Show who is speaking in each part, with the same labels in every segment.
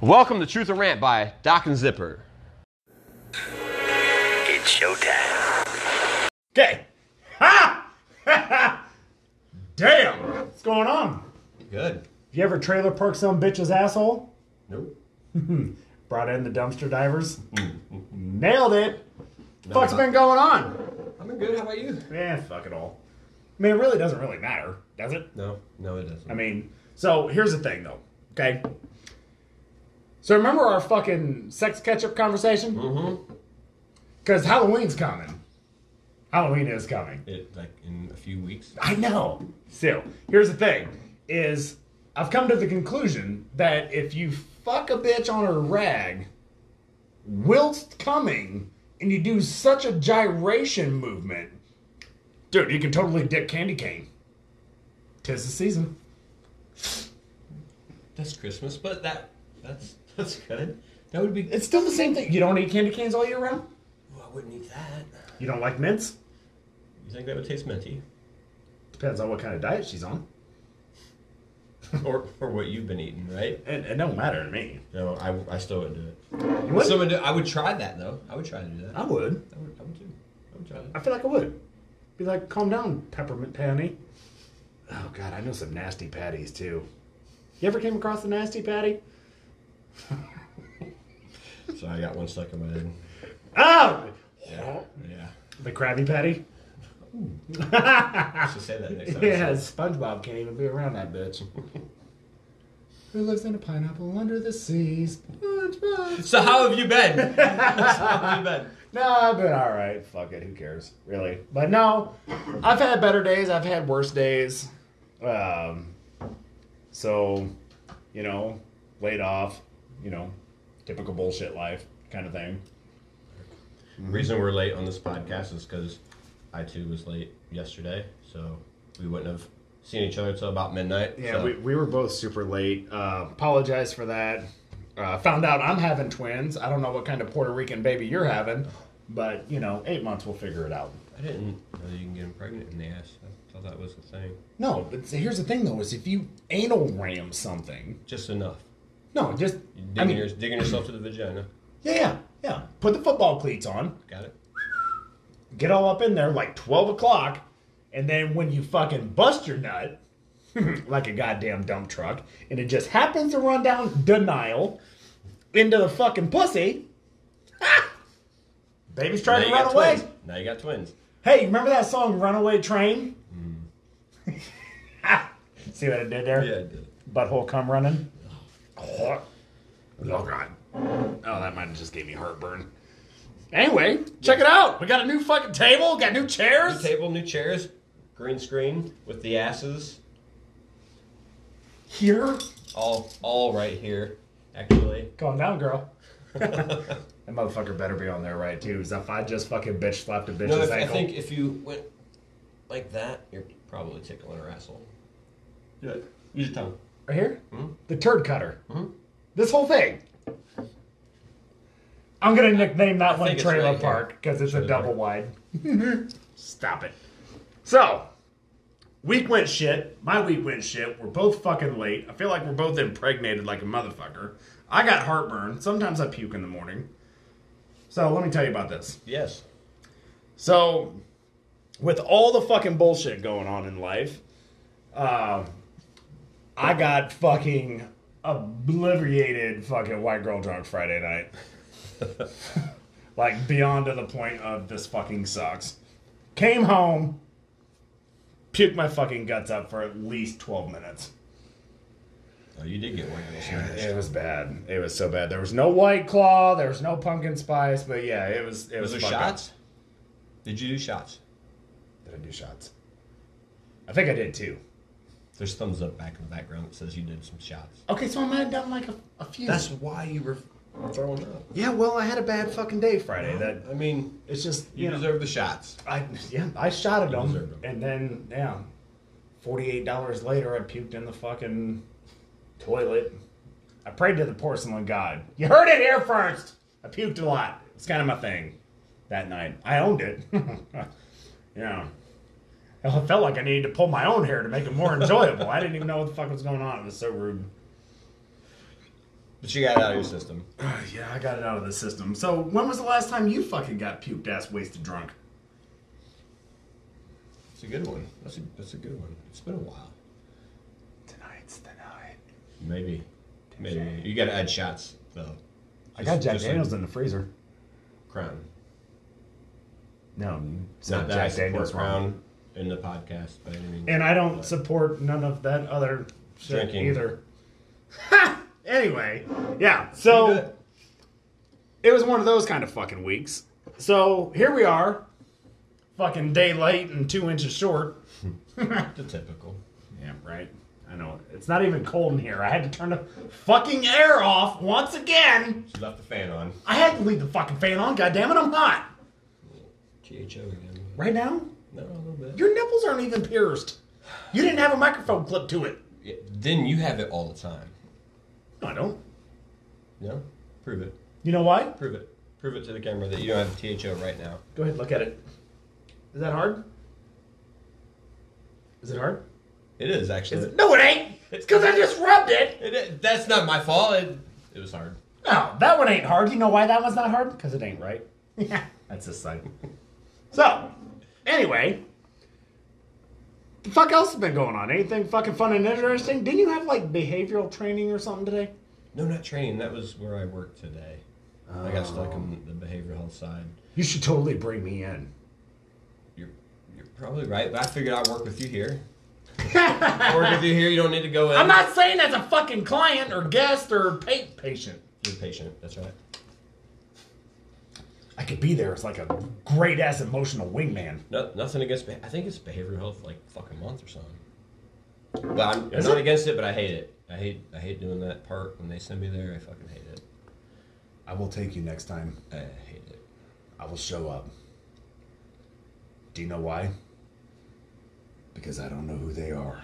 Speaker 1: Welcome to Truth and Rant by Doc and Zipper.
Speaker 2: It's showtime.
Speaker 3: Okay. Ha! Damn. What's going on?
Speaker 1: Good.
Speaker 3: You ever trailer park some bitch's asshole?
Speaker 1: Nope.
Speaker 3: Brought in the dumpster divers. Mm-hmm. Nailed it. Fuck's been going on?
Speaker 1: I've been good. How about you?
Speaker 3: Man, fuck it all. I mean, it really doesn't really matter, does it?
Speaker 1: No, no, it doesn't.
Speaker 3: I mean, so here's the thing, though. Okay. So remember our fucking sex ketchup conversation?
Speaker 1: mm-hmm.
Speaker 3: Because Halloween's coming. Halloween is coming.
Speaker 1: It like in a few weeks.
Speaker 3: I know. So here's the thing: is I've come to the conclusion that if you fuck a bitch on her rag, whilst coming, and you do such a gyration movement, dude, you can totally dick candy cane. Tis the season.
Speaker 1: That's Christmas, but that that's that's good. That would be.
Speaker 3: It's still the same thing. You don't eat candy canes all year round.
Speaker 1: Oh, I wouldn't eat that.
Speaker 3: You don't like mints.
Speaker 1: You think that would taste minty,
Speaker 3: Depends on what kind of diet she's on.
Speaker 1: or or what you've been eating, right?
Speaker 3: It, it don't matter to me.
Speaker 1: No, I, I still would do it.
Speaker 3: You
Speaker 1: I
Speaker 3: would?
Speaker 1: still would do- I would try that though. I would try to do that.
Speaker 3: I would.
Speaker 1: I would, I would too. I would try
Speaker 3: I
Speaker 1: that.
Speaker 3: feel like I would. Be like, calm down, peppermint patty. Oh god, I know some nasty patties too. You ever came across the nasty patty?
Speaker 1: So I got one stuck in my head.
Speaker 3: Oh,
Speaker 1: Yeah. Yeah.
Speaker 3: the Krabby Patty.
Speaker 1: I should say that next time.
Speaker 3: Yeah, SpongeBob can't even be around that bitch. Who lives in a pineapple under the sea? SpongeBob.
Speaker 1: So how have you been? so how have you been?
Speaker 3: No, I've been all right. Fuck it. Who cares? Really? But no, I've had better days. I've had worse days. Um, so, you know, laid off. You know, typical bullshit life kind of thing.
Speaker 1: reason we're late on this podcast is because I too was late yesterday, so we wouldn't have seen each other until about midnight.
Speaker 3: Yeah,
Speaker 1: so
Speaker 3: we, we were both super late. Uh, apologize for that. Uh, found out I'm having twins. I don't know what kind of Puerto Rican baby you're having, but you know, eight months we'll figure it out.
Speaker 1: I didn't know that you can get 'em pregnant in the ass. I thought that was the thing.
Speaker 3: No, but here's the thing though: is if you anal ram something,
Speaker 1: Just enough.
Speaker 3: no, just
Speaker 1: You're digging,
Speaker 3: I mean,
Speaker 1: your, digging yourself to the vagina.
Speaker 3: yeah, yeah, yeah. Put the football cleats on,
Speaker 1: Got it.
Speaker 3: get all up in there like twelve o'clock, and then when you fucking bust your nut, like a goddamn dump truck, and it just happens to run down denial into the fucking pussy. ah, Baby's trying to
Speaker 1: got
Speaker 3: run away.
Speaker 1: twins. Now you got twins.
Speaker 3: Hey, you remember that song Runaway Train? See what I did there?
Speaker 1: Mm. Yeah, I did.
Speaker 3: Butthole come running. Oh, God. Oh, that might have just gave me heartburn. Anyway, check it out. We got a new fucking table, got new
Speaker 1: New
Speaker 3: chairs.
Speaker 1: table, new chairs, green screen with the asses,
Speaker 3: Here.
Speaker 1: all all right here, actually.
Speaker 3: Calm down, girl. that motherfucker better be on there right too, because if I just fucking bitch slapped a bitch's
Speaker 1: No, if, I
Speaker 3: ankle.
Speaker 1: think if you went like that, you're probably tickling her asshole. Yeah. Use your tongue.
Speaker 3: right here? The turd cutter. This whole thing. I'm gonna nickname that one
Speaker 1: think it's right
Speaker 3: trailer
Speaker 1: here.
Speaker 3: park because it's a
Speaker 1: Trailer
Speaker 3: double wide. Stop it. So, week went shit. My week went shit. We're both fucking late. I feel like we're both impregnated like a motherfucker. I got heartburn. Sometimes I puke in the morning. So let me tell you about this.
Speaker 1: Yes.
Speaker 3: So, with all the fucking bullshit going on in life, um, I got fucking obliterated fucking white girl drunk Friday night. like, beyond to the point of this fucking sucks. Came home, puked my fucking guts up for at least 12 minutes.
Speaker 1: Oh, you did get one of those. smashed.
Speaker 3: It was bad. It was so bad. There was no white claw, there was no pumpkin spice, but yeah, it was. It
Speaker 1: Was
Speaker 3: was,
Speaker 1: there
Speaker 3: fucked up.
Speaker 1: shots? Did you do shots?
Speaker 3: Did I do shots? I think I did too.
Speaker 1: There's thumbs up back in the background that says you did some shots.
Speaker 3: Okay, so I might have done like a, a few.
Speaker 1: That's why you were throwing up.
Speaker 3: yeah. Well, I had a bad fucking day Friday. That
Speaker 1: I mean,
Speaker 3: it's just
Speaker 1: you
Speaker 3: you, know,
Speaker 1: deserve the shots.
Speaker 3: I yeah I shot at them,
Speaker 1: deserved 'em.
Speaker 3: and then yeah, forty eight dollars later I puked in the fucking toilet. I prayed to the porcelain god. You heard it here first. I puked a lot. It's kind of my thing. That night I owned it. yeah. Hell, I felt like I needed to pull my own hair to make it more enjoyable. I didn't even know what the fuck was going on. It was so rude.
Speaker 1: But you got it out of your system.
Speaker 3: Uh, yeah, I got it out of the system. So when was the last time you fucking got puked ass wasted drunk?
Speaker 1: It's a good one. That's a that's a good one. It's been a while.
Speaker 3: Tonight's the night.
Speaker 1: Maybe, maybe you got to add shots though.
Speaker 3: I got
Speaker 1: Just-
Speaker 3: Jack
Speaker 1: just
Speaker 3: Daniels
Speaker 1: like
Speaker 3: in the freezer.
Speaker 1: Crown.
Speaker 3: No, you
Speaker 1: It's not
Speaker 3: said
Speaker 1: that I
Speaker 3: Jack
Speaker 1: support
Speaker 3: Daniels
Speaker 1: Crown
Speaker 3: wrong.
Speaker 1: in the podcast by any means.
Speaker 3: And I don't support none of that other shit
Speaker 1: Drinking.
Speaker 3: either. Ha! Anyway, yeah. So it was one of those kind of fucking weeks. So here we are, fucking day late and two inches short.
Speaker 1: the typical.
Speaker 3: Yeah, right. I know. It's not even cold in here. I had to turn the fucking air off once again.
Speaker 1: She left the fan on.
Speaker 3: I had to leave the fucking fan on. God damn it, I'm hot.
Speaker 1: Tho again.
Speaker 3: Right now,
Speaker 1: No, a little bit.
Speaker 3: your nipples aren't even pierced. You didn't have a microphone clip to it.
Speaker 1: Yeah, then you have it all the time.
Speaker 3: No, I don't.
Speaker 1: No, prove it.
Speaker 3: You know why?
Speaker 1: Prove it. Prove it to the camera that you don't have a THO right now.
Speaker 3: Go ahead, look at it. Is that hard? Is it hard?
Speaker 1: It is actually.
Speaker 3: Is it? No, it ain't. It's because I just rubbed it.
Speaker 1: It is- that's not my fault. It, it was hard.
Speaker 3: No, that one ain't hard. You know why that one's not hard? Because it ain't right. Yeah, that's this side. So, anyway, the fuck else has been going on? Anything fucking fun and interesting? Didn't you have like behavioral training or something today?
Speaker 1: No, not training. That was where I worked today. I got stuck in the behavioral health side.
Speaker 3: You should totally bring me in.
Speaker 1: You're you're probably right, but I figured I'd work with you here. work with you here. You don't need to go in.
Speaker 3: I'm not saying that's a fucking client or guest or pa- patient.
Speaker 1: You're patient. That's right.
Speaker 3: I could be there as like a great ass emotional wingman.
Speaker 1: No, nothing against. Be- I think it's behavioral health like fucking month or something. But I'm, I'm
Speaker 3: Is
Speaker 1: not
Speaker 3: it?
Speaker 1: against it. But I hate it. I hate. I hate doing that part when they send me there. I fucking hate it.
Speaker 3: I will take you next time.
Speaker 1: I hate it.
Speaker 3: I will show up. Do you know why? Because I don't know who they are,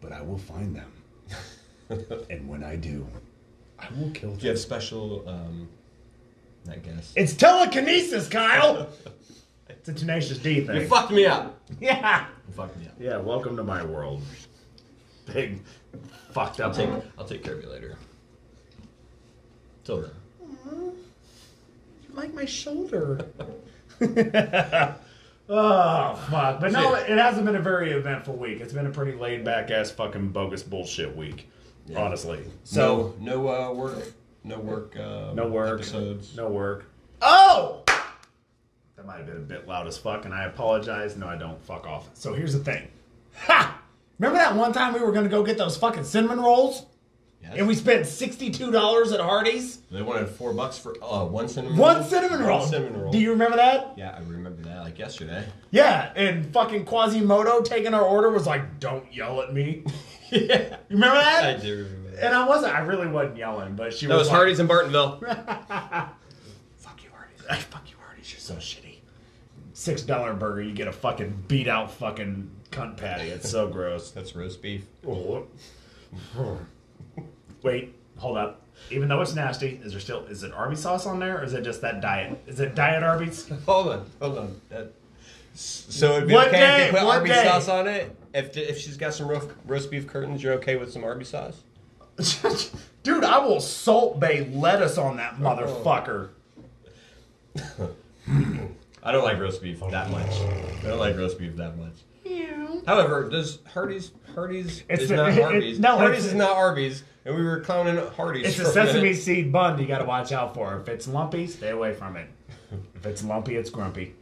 Speaker 3: but I will find them. and when I do, I will kill
Speaker 1: Do you have special? Um, I guess.
Speaker 3: It's telekinesis, Kyle! it's a tenacious D thing.
Speaker 1: You fucked me up.
Speaker 3: yeah!
Speaker 1: You fucked me up.
Speaker 3: Yeah, welcome to my world. Big fucked up
Speaker 1: I'll take. I'll take care of you later. Till then.
Speaker 3: like my shoulder. oh fuck! But no, it hasn't been a very eventful week. It's been a pretty laid back ass fucking bogus bullshit week,
Speaker 1: Yeah.
Speaker 3: honestly.
Speaker 1: So
Speaker 3: So
Speaker 1: no, uh, work. No work. Uh,
Speaker 3: no, work,
Speaker 1: Episodes.
Speaker 3: no work. Oh, that might have been a bit loud as fuck, and I apologize. No, I don't. Fuck off. So here's the thing. Ha! Remember that one time we were gonna go get those fucking cinnamon rolls,
Speaker 1: Yes.
Speaker 3: and we spent sixty two dollars at Hardee's.
Speaker 1: They wanted four bucks for uh, one cinnamon roll.
Speaker 3: One cinnamon roll.
Speaker 1: One cinnamon roll.
Speaker 3: Do you remember that?
Speaker 1: yeah, I remember that like yesterday.
Speaker 3: Yeah, and fucking Quasimodo taking our order was like, "Don't yell at me."
Speaker 1: yeah,
Speaker 3: You remember that?
Speaker 1: I do remember that.
Speaker 3: And I wasn't. I really wasn't yelling, but she
Speaker 1: That was
Speaker 3: was. like,
Speaker 1: Hardy's in Bartonville.
Speaker 3: Fuck you, Hardee's. Fuck you, Hardee's. You're so shitty. Six dollar burger, you get a fucking beat out fucking cunt patty. It's so gross.
Speaker 1: That's roast beef.
Speaker 3: Oh. Wait, hold up. Even though it's nasty, is there still is it Arby's sauce on there, or is it just that diet? Is it diet Arby's?
Speaker 1: Hold on, hold on. That, so it'd be
Speaker 3: What
Speaker 1: okay if
Speaker 3: day?
Speaker 1: you put
Speaker 3: What
Speaker 1: Arby's
Speaker 3: day?
Speaker 1: sauce on it. If if she's got some roast, roast beef curtains, you're okay with some Arby's sauce.
Speaker 3: Dude, I will salt bay lettuce on
Speaker 1: Oh.
Speaker 3: that motherfucker.
Speaker 1: I don't like roast beef that much. I don't like roast beef that much.
Speaker 3: Yeah.
Speaker 1: However, does Hardee's Hardee's
Speaker 3: It's
Speaker 1: is
Speaker 3: a-
Speaker 1: not
Speaker 3: it-
Speaker 1: Arby's.
Speaker 3: it- no,
Speaker 1: Hardee's
Speaker 3: it's-
Speaker 1: is not Arby's, and we were clowning Hardee's.
Speaker 3: It's
Speaker 1: for
Speaker 3: a
Speaker 1: minute.
Speaker 3: sesame seed bun you gotta watch out for. If it's lumpy, stay away from it. If it's lumpy, it's grumpy.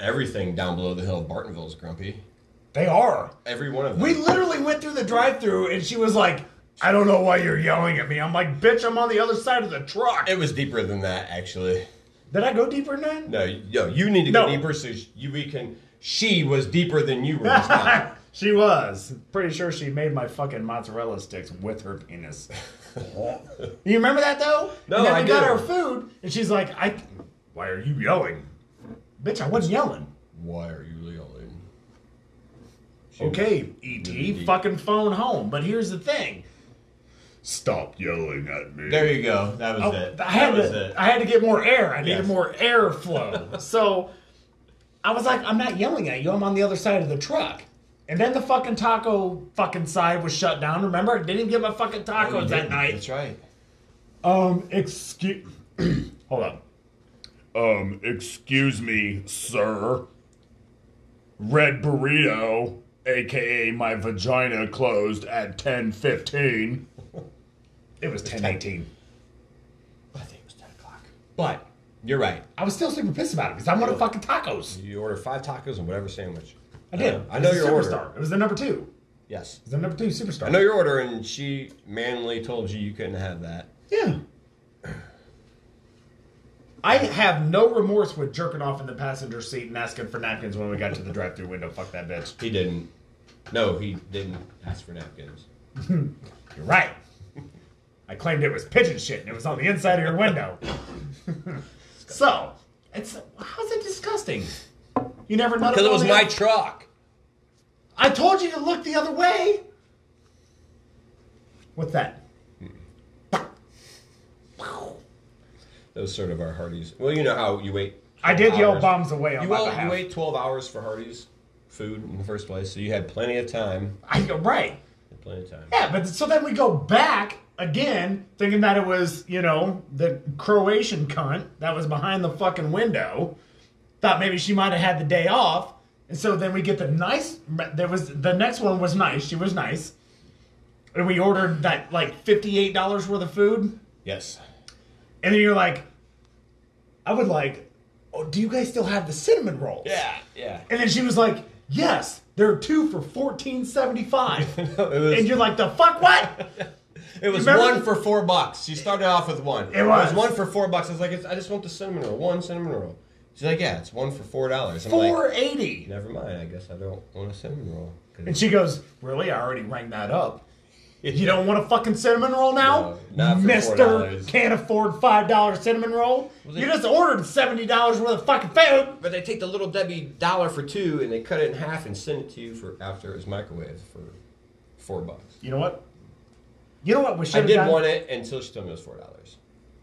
Speaker 1: Everything down below the hill of Bartonville is grumpy.
Speaker 3: They are.
Speaker 1: Every one of them.
Speaker 3: We literally went through the drive through and she was like, I don't know why you're yelling at me. I'm like, bitch, I'm on the other side of the truck.
Speaker 1: it was deeper than that, actually.
Speaker 3: Did I go deeper than that?
Speaker 1: No, yo, you need to go
Speaker 3: No.
Speaker 1: deeper. So sh- you, we can. She was deeper than you were. this time.
Speaker 3: she was. Pretty sure she made my fucking mozzarella sticks with her penis. you remember that though?
Speaker 1: No,
Speaker 3: and then
Speaker 1: I
Speaker 3: we got
Speaker 1: do.
Speaker 3: our food and she's like, I why are you yelling? Bitch, I wasn't yelling.
Speaker 1: Why are you yelling? She
Speaker 3: Okay,
Speaker 1: Really
Speaker 3: ET,
Speaker 1: deep.
Speaker 3: fucking phone home. But here's the thing. Stop yelling at me.
Speaker 1: There you go. That was
Speaker 3: Oh, I,
Speaker 1: it.
Speaker 3: I had
Speaker 1: that was
Speaker 3: to,
Speaker 1: it.
Speaker 3: I had to get more air. I
Speaker 1: Yes.
Speaker 3: needed more airflow. so I was like, I'm not yelling at you. I'm on the other side of the truck. And then the fucking taco fucking side was shut down. Remember, I didn't get my fucking
Speaker 1: Oh, you
Speaker 3: tacos that
Speaker 1: didn't.
Speaker 3: night.
Speaker 1: That's right.
Speaker 3: Um, excuse. Hold on. Um, excuse me, sir. Red burrito, aka my vagina, closed at ten fifteen. It was ten eighteen,
Speaker 1: I think it was 10 o'clock.
Speaker 3: but
Speaker 1: You're right.
Speaker 3: I was still super pissed about it because I wanted fucking tacos.
Speaker 1: You ordered five tacos and whatever sandwich.
Speaker 3: I did.
Speaker 1: know- I
Speaker 3: It
Speaker 1: know
Speaker 3: was a
Speaker 1: your order.
Speaker 3: superstar. It was the number two.
Speaker 1: Yes.
Speaker 3: It was the number two superstar.
Speaker 1: I know your order, and she manly told you you couldn't have that.
Speaker 3: Yeah. I have no remorse with jerking off in the passenger seat and asking for napkins when we got to the drive-through window. Fuck that bitch.
Speaker 1: He didn't. No, he didn't ask for napkins.
Speaker 3: You're right. I claimed it was pigeon shit and it was on the inside of your window. so, it's how's it disgusting? You never know.
Speaker 1: Because it was my truck.
Speaker 3: I told you to look the other way. What's that?
Speaker 1: Hmm. That was sort of our Hardee's. Well, you know how you wait.
Speaker 3: I did yell
Speaker 1: hours.
Speaker 3: bombs away on
Speaker 1: You,
Speaker 3: my
Speaker 1: all,
Speaker 3: behalf.
Speaker 1: you wait 12 hours for Hardee's food in the first place, so you had plenty of time.
Speaker 3: I, right.
Speaker 1: Plenty of time.
Speaker 3: Yeah, but so then we go back again, thinking that it was, you know, the Croatian cunt that was behind the fucking window. Thought maybe she might have had the day off. And so then we get the nice, there was, the next one was nice. She was nice. And we ordered that like $58 worth of food.
Speaker 1: Yes.
Speaker 3: And then you're like, I would like, oh, do you guys still have the cinnamon rolls?
Speaker 1: Yeah, yeah.
Speaker 3: And then she was like, yes, there are two for fourteen seventy five.
Speaker 1: It was,
Speaker 3: And you're like, the fuck what?
Speaker 1: it was
Speaker 3: remember-
Speaker 1: one for four bucks. She started off with one.
Speaker 3: It was.
Speaker 1: one for four bucks. I was like, it's, I just want the cinnamon roll. One cinnamon roll. She's like, yeah, it's one for four dollars. I'm like,
Speaker 3: 480.
Speaker 1: never mind. I guess I don't want a cinnamon roll. 'Cause
Speaker 3: And she goes, Really? I already rang that up. You don't want a fucking cinnamon roll now?
Speaker 1: No, not for
Speaker 3: Mister
Speaker 1: $4.
Speaker 3: can't afford $5 cinnamon roll. You
Speaker 1: it-
Speaker 3: just ordered $70 worth of fucking food.
Speaker 1: But they take the little Debbie dollar for two and they cut it in half and send it to you for after it was microwaved for four bucks.
Speaker 3: You know what? You know what we
Speaker 1: I
Speaker 3: should have
Speaker 1: did
Speaker 3: done?
Speaker 1: want it until she told me it was four dollars.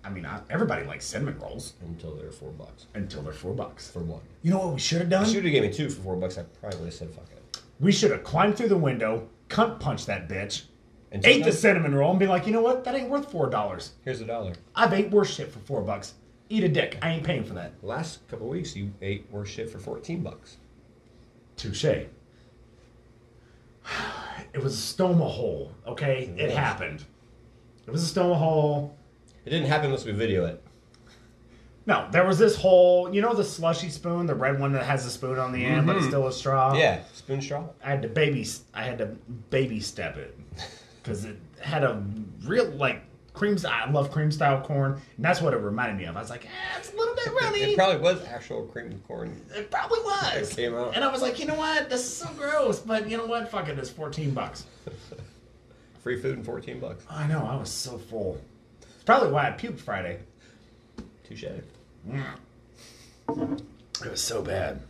Speaker 3: I mean, I, everybody likes cinnamon rolls
Speaker 1: Until they were four bucks
Speaker 3: until they're 4 bucks.
Speaker 1: for one.
Speaker 3: You know what we should have
Speaker 1: She would
Speaker 3: done?
Speaker 1: have gave me two for four bucks. I probably would have said fuck it.
Speaker 3: We should have climbed through the window, cunt punched that bitch,
Speaker 1: And
Speaker 3: ate the
Speaker 1: sometimes-
Speaker 3: cinnamon roll, and be like, you know what? That ain't worth $4.
Speaker 1: Here's a dollar.
Speaker 3: I've ate worse shit for 4 bucks. Eat a dick. I ain't paying for that.
Speaker 1: Last couple of weeks, you ate worse shit for fourteen bucks.
Speaker 3: Touche. It was a stoma hole, okay? It
Speaker 1: was.
Speaker 3: happened. It was a stoma hole.
Speaker 1: It didn't happen unless we video it.
Speaker 3: No, there was this hole. You know the slushy spoon, the red one that has a spoon on the end, but it's still a straw.
Speaker 1: Mm-hmm. Yeah, spoon straw.
Speaker 3: I had to baby. I had to baby step it because it had a real like cream. I love cream style corn, and that's what it reminded me of. I was like, eh, it's a little bit runny.
Speaker 1: It probably was actual cream of corn.
Speaker 3: It probably was.
Speaker 1: It came out.
Speaker 3: And I was like, you know what? This is so gross, but you know what? Fuck it. It's fourteen bucks.
Speaker 1: Free food and fourteen bucks.
Speaker 3: I know, I was so full. It's probably why I puked Friday.
Speaker 1: Touche.
Speaker 3: It was so bad.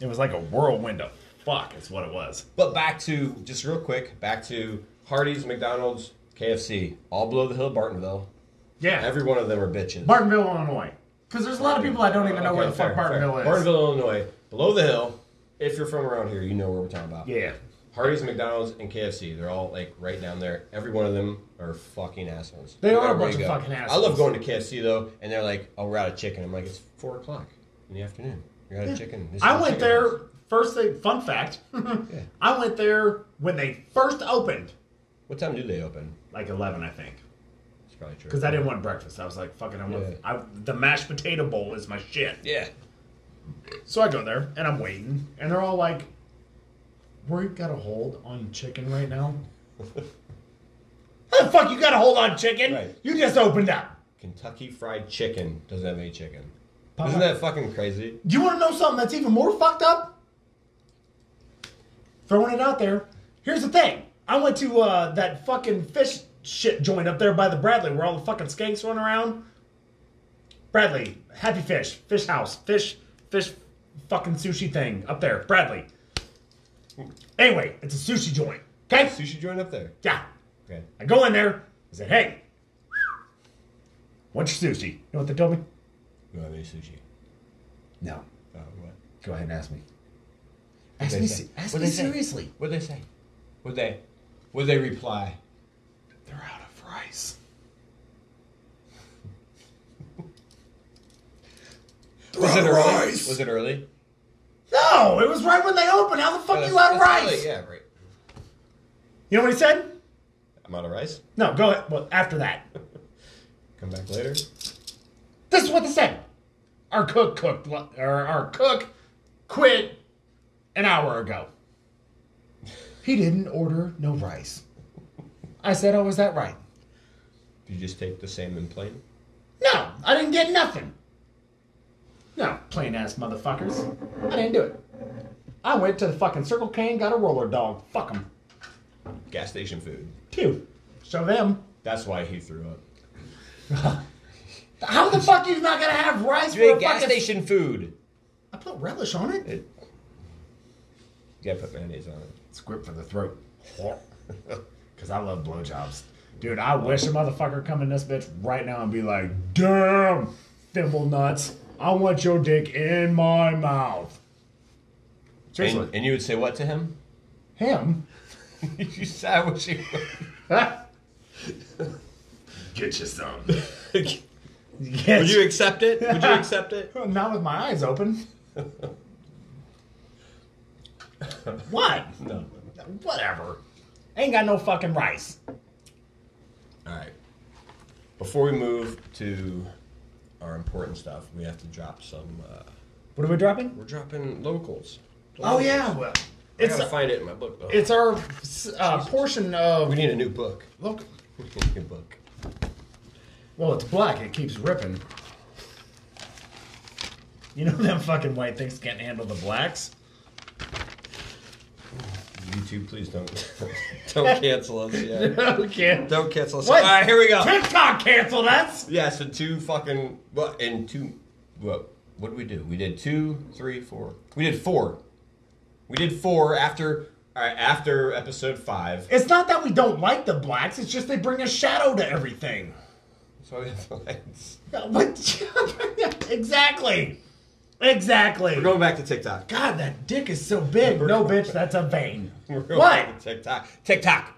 Speaker 3: It was like a whirlwind of fuck, is what it was.
Speaker 1: But back to just real quick, back to Hardee's, McDonald's, KFC, all below the hill, Bartonville.
Speaker 3: Yeah.
Speaker 1: Every one of them are bitches.
Speaker 3: Bartonville, Illinois. Because there's a lot of people I don't even know
Speaker 1: Okay,
Speaker 3: where the fuck
Speaker 1: fair,
Speaker 3: Bartonville
Speaker 1: fair.
Speaker 3: is.
Speaker 1: Bartonville, Illinois, below the hill. If you're from around here, you know where we're talking about.
Speaker 3: Yeah.
Speaker 1: Hardee's, McDonald's, and KFC. They're all like right down there. Every one of them are fucking assholes.
Speaker 3: They
Speaker 1: No
Speaker 3: are a
Speaker 1: matter where
Speaker 3: bunch
Speaker 1: you
Speaker 3: of
Speaker 1: go.
Speaker 3: fucking
Speaker 1: I love
Speaker 3: assholes.
Speaker 1: going to KFC though, and they're like, "Oh, we're out of chicken." I'm like, "It's four o'clock in the afternoon. You're out of chicken." This is
Speaker 3: I
Speaker 1: the
Speaker 3: went
Speaker 1: chicken
Speaker 3: there
Speaker 1: place."
Speaker 3: first thing fun fact. I went there when they first opened.
Speaker 1: What time do they open?
Speaker 3: Like eleven, I think.
Speaker 1: It's probably true.
Speaker 3: Because I didn't want breakfast. I was like, fucking I want
Speaker 1: Yeah.
Speaker 3: I, the mashed potato bowl is my shit.
Speaker 1: Yeah.
Speaker 3: So I go there and I'm waiting, and they're all like, "We got a hold on chicken right now." How the fuck you got a hold on chicken?
Speaker 1: Right.
Speaker 3: You just opened up.
Speaker 1: Kentucky Fried Chicken doesn't have any chicken.
Speaker 3: Papa-
Speaker 1: Isn't that fucking crazy?
Speaker 3: Do you want to know something that's even more fucked up? Throwing it out there. Here's the thing. I went to uh, that fucking fish shit joint up there by the Bradley where all the fucking skanks run around. Bradley, Happy Fish, Fish House, Fish, Fish fucking sushi thing up there. Bradley. Anyway, it's a sushi joint. Okay?
Speaker 1: Sushi joint up there.
Speaker 3: Yeah.
Speaker 1: Okay.
Speaker 3: I go in there. I said, hey, what's your sushi? You know what they told me?
Speaker 1: You don't have any sushi.
Speaker 3: No.
Speaker 1: Oh, what?
Speaker 3: Go ahead and ask me. Ask
Speaker 1: they
Speaker 3: me,
Speaker 1: say?
Speaker 3: se- ask
Speaker 1: What'd
Speaker 3: me
Speaker 1: they say?
Speaker 3: seriously.
Speaker 1: What'd they say? Would they? Would they reply?
Speaker 3: They're out of rice.
Speaker 1: it
Speaker 2: out of
Speaker 1: early?
Speaker 2: rice.
Speaker 1: Was it early?
Speaker 3: No, it was right when they opened. How the fuck
Speaker 1: That's-
Speaker 3: you out of
Speaker 1: that's
Speaker 3: rice?
Speaker 1: early, Yeah, right.
Speaker 3: You know what he said?
Speaker 1: I'm out of rice.
Speaker 3: No, go ahead. Well, after that,
Speaker 1: Come back later.
Speaker 3: this is what they said. Our cook cooked, li- or our cook quit an hour ago. He didn't order no rice. I said, "Oh, is that right?"
Speaker 1: Did you just take the salmon plate?
Speaker 3: No, I didn't get nothing. No, plain ass motherfuckers. I didn't do it. I went to the fucking Circle K and got a roller dog. Fuck them.
Speaker 1: Gas station food.
Speaker 3: Pew. Show them.
Speaker 1: That's why he threw up.
Speaker 3: How the fuck you not gonna have rice
Speaker 1: You
Speaker 3: for
Speaker 1: ate
Speaker 3: a
Speaker 1: gas
Speaker 3: fucking...
Speaker 1: station food.
Speaker 3: I put relish on it.
Speaker 1: It, you gotta put mayonnaise on it.
Speaker 3: It's grip for the throat. Because I love blowjobs. Dude, I wish a motherfucker come in this bitch right now and be like, damn, thimble nuts. I want your dick in my mouth. Seriously.
Speaker 1: And, and you would say what to him?
Speaker 3: him.
Speaker 1: you said what you
Speaker 3: Get you some.
Speaker 1: would.
Speaker 3: Get
Speaker 1: Would you accept it? Would you accept it?
Speaker 3: Not with my eyes open. what?
Speaker 1: No.
Speaker 3: Whatever. Ain't got no fucking rice.
Speaker 1: All right. Before we move to our important stuff, we have to drop some. Uh,
Speaker 3: What are we dropping?
Speaker 1: we're dropping locals.
Speaker 3: Oh yeah, well,
Speaker 1: I
Speaker 3: it's
Speaker 1: gotta find it in my book. Though.
Speaker 3: it's our uh, portion of
Speaker 1: we need a new book.
Speaker 3: look.
Speaker 1: We need a new book.
Speaker 3: Well, it's black. It keeps ripping. You know them fucking white things can't handle the blacks.
Speaker 1: YouTube, please don't don't cancel us. Yeah.
Speaker 3: okay.
Speaker 1: Don't cancel us.
Speaker 3: What?
Speaker 1: All right, here we go.
Speaker 3: TikTok canceled us.
Speaker 1: Yeah, so two fucking what and two what what did we do? We did two, three, four. We did four. We did four after all right, after episode five.
Speaker 3: It's not that we don't like the blacks. It's just they bring a shadow to everything.
Speaker 1: So we have the lights.
Speaker 3: What? exactly. Exactly.
Speaker 1: We're going back to TikTok.
Speaker 3: God, that dick is so big. No, bitch, that's a vein.
Speaker 1: We're going
Speaker 3: What?
Speaker 1: back to TikTok. TikTok.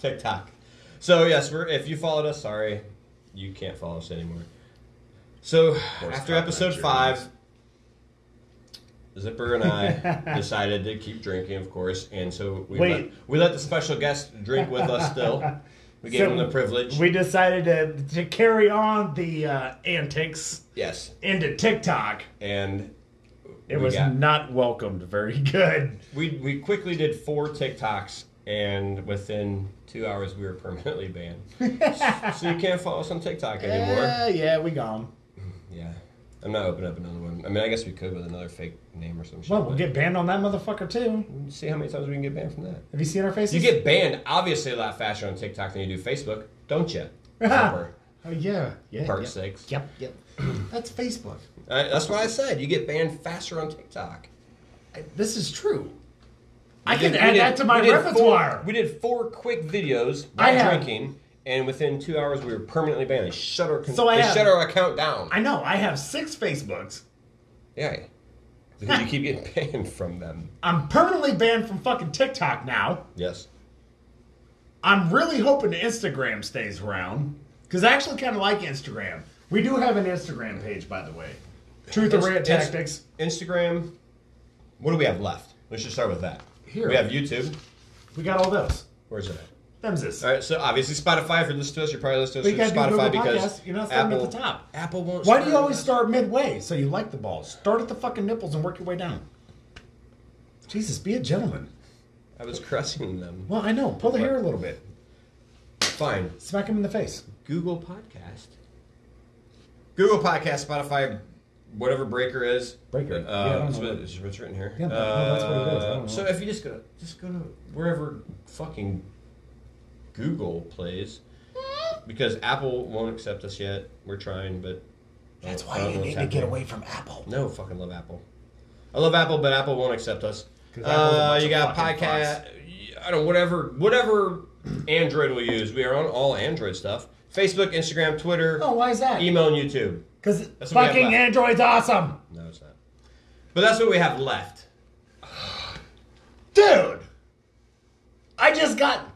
Speaker 1: TikTok. So yes, we're if you followed us, sorry, you can't follow us anymore. So after
Speaker 2: not,
Speaker 1: episode
Speaker 2: Nigerians.
Speaker 1: five, Zipper and I decided to keep drinking, of course, and so we
Speaker 3: Wait.
Speaker 1: let, we let the special guest drink with us. Still, we gave
Speaker 3: So
Speaker 1: him the privilege.
Speaker 3: We decided to, to carry on the uh, antics
Speaker 1: yes,
Speaker 3: into TikTok.
Speaker 1: and
Speaker 3: It
Speaker 1: We
Speaker 3: was
Speaker 1: got-
Speaker 3: not welcomed very good.
Speaker 1: we we quickly did four TikToks, and within two hours we were permanently banned. so you can't follow us on TikTok anymore.
Speaker 3: Uh, yeah, we gone.
Speaker 1: Yeah. I'm not opening up another one. I mean, I guess we could with another fake name or some shit.
Speaker 3: Well, we'll
Speaker 1: but
Speaker 3: get banned on that motherfucker too.
Speaker 1: we'll see how many times we can get banned from that.
Speaker 3: Have you seen our faces?
Speaker 1: You get banned obviously a lot faster on TikTok than you do Facebook, don't you? Zipper.
Speaker 3: Oh yeah, yeah.
Speaker 1: Part
Speaker 3: yep.
Speaker 1: six.
Speaker 3: Yep, yep. That's Facebook.
Speaker 1: I, that's what I said. You get banned faster on TikTok.
Speaker 3: I- This is true. I
Speaker 1: We
Speaker 3: can
Speaker 1: did- we
Speaker 3: add
Speaker 1: did-
Speaker 3: that to my
Speaker 1: we did
Speaker 3: repertoire.
Speaker 1: Four, we did four quick videos
Speaker 3: I
Speaker 1: while
Speaker 3: have-
Speaker 1: drinking, and within two hours we were permanently banned. They shut our,
Speaker 3: So I
Speaker 1: they
Speaker 3: have-
Speaker 1: shut our account down.
Speaker 3: I know. I have six Facebooks.
Speaker 1: yeah. Because you keep getting banned from them.
Speaker 3: I'm permanently banned from fucking TikTok now.
Speaker 1: Yes.
Speaker 3: I'm really hoping Instagram stays around because I actually kind of like Instagram. We do have an Instagram page, by the way. Truth or Rant
Speaker 1: Inst-
Speaker 3: Tactics.
Speaker 1: Instagram. What do we have left? Let's just start with that.
Speaker 3: Here.
Speaker 1: We have YouTube.
Speaker 3: We got all those.
Speaker 1: Where's it at?
Speaker 3: Them's this.
Speaker 1: All right, so obviously Spotify. If you're listening to us, you're probably listening
Speaker 3: But
Speaker 1: to
Speaker 3: you
Speaker 1: us through
Speaker 3: gotta do
Speaker 1: Spotify
Speaker 3: Google
Speaker 1: because
Speaker 3: Podcasts. You're not starting
Speaker 1: Apple,
Speaker 3: at the top.
Speaker 1: Apple won't.
Speaker 3: Why do you
Speaker 1: with
Speaker 3: always
Speaker 1: us.
Speaker 3: start midway so you like the ball? Start at the fucking nipples and work your way down. Jesus, be a gentleman.
Speaker 1: I was crushing them.
Speaker 3: Well, I know. Pull the hair a little bit.
Speaker 1: Fine.
Speaker 3: Smack him in the face.
Speaker 1: Google Podcast. Google Podcast, Spotify, whatever Breaker is.
Speaker 3: Breaker. Yeah, I
Speaker 1: Uh,
Speaker 3: don't
Speaker 1: that's
Speaker 3: know
Speaker 1: what,
Speaker 3: what-
Speaker 1: it's what's written here.
Speaker 3: Yeah, no, that's what it is. I
Speaker 1: uh,
Speaker 3: don't know.
Speaker 1: So if you just go, just go to wherever fucking Google plays, because Apple won't accept us yet. We're trying, but I
Speaker 3: That's
Speaker 1: don't-
Speaker 3: why
Speaker 1: I don't
Speaker 3: you
Speaker 1: know
Speaker 3: need
Speaker 1: what's
Speaker 3: to get
Speaker 1: happening.
Speaker 3: away from Apple.
Speaker 1: No, fucking love Apple. I love Apple, but Apple won't accept us.
Speaker 3: 'Cause Apple's a
Speaker 1: Uh,
Speaker 3: bunch
Speaker 1: you
Speaker 3: of
Speaker 1: got
Speaker 3: fucking
Speaker 1: podcast. I don't whatever whatever Android we use. We are on all Android stuff: Facebook, Instagram, Twitter,
Speaker 3: Oh, why is that?
Speaker 1: email, and YouTube.
Speaker 3: Because
Speaker 1: That's what we have
Speaker 3: fucking
Speaker 1: left.
Speaker 3: Android's awesome.
Speaker 1: No, it's not. But that's what we have left.
Speaker 3: Dude! I just got.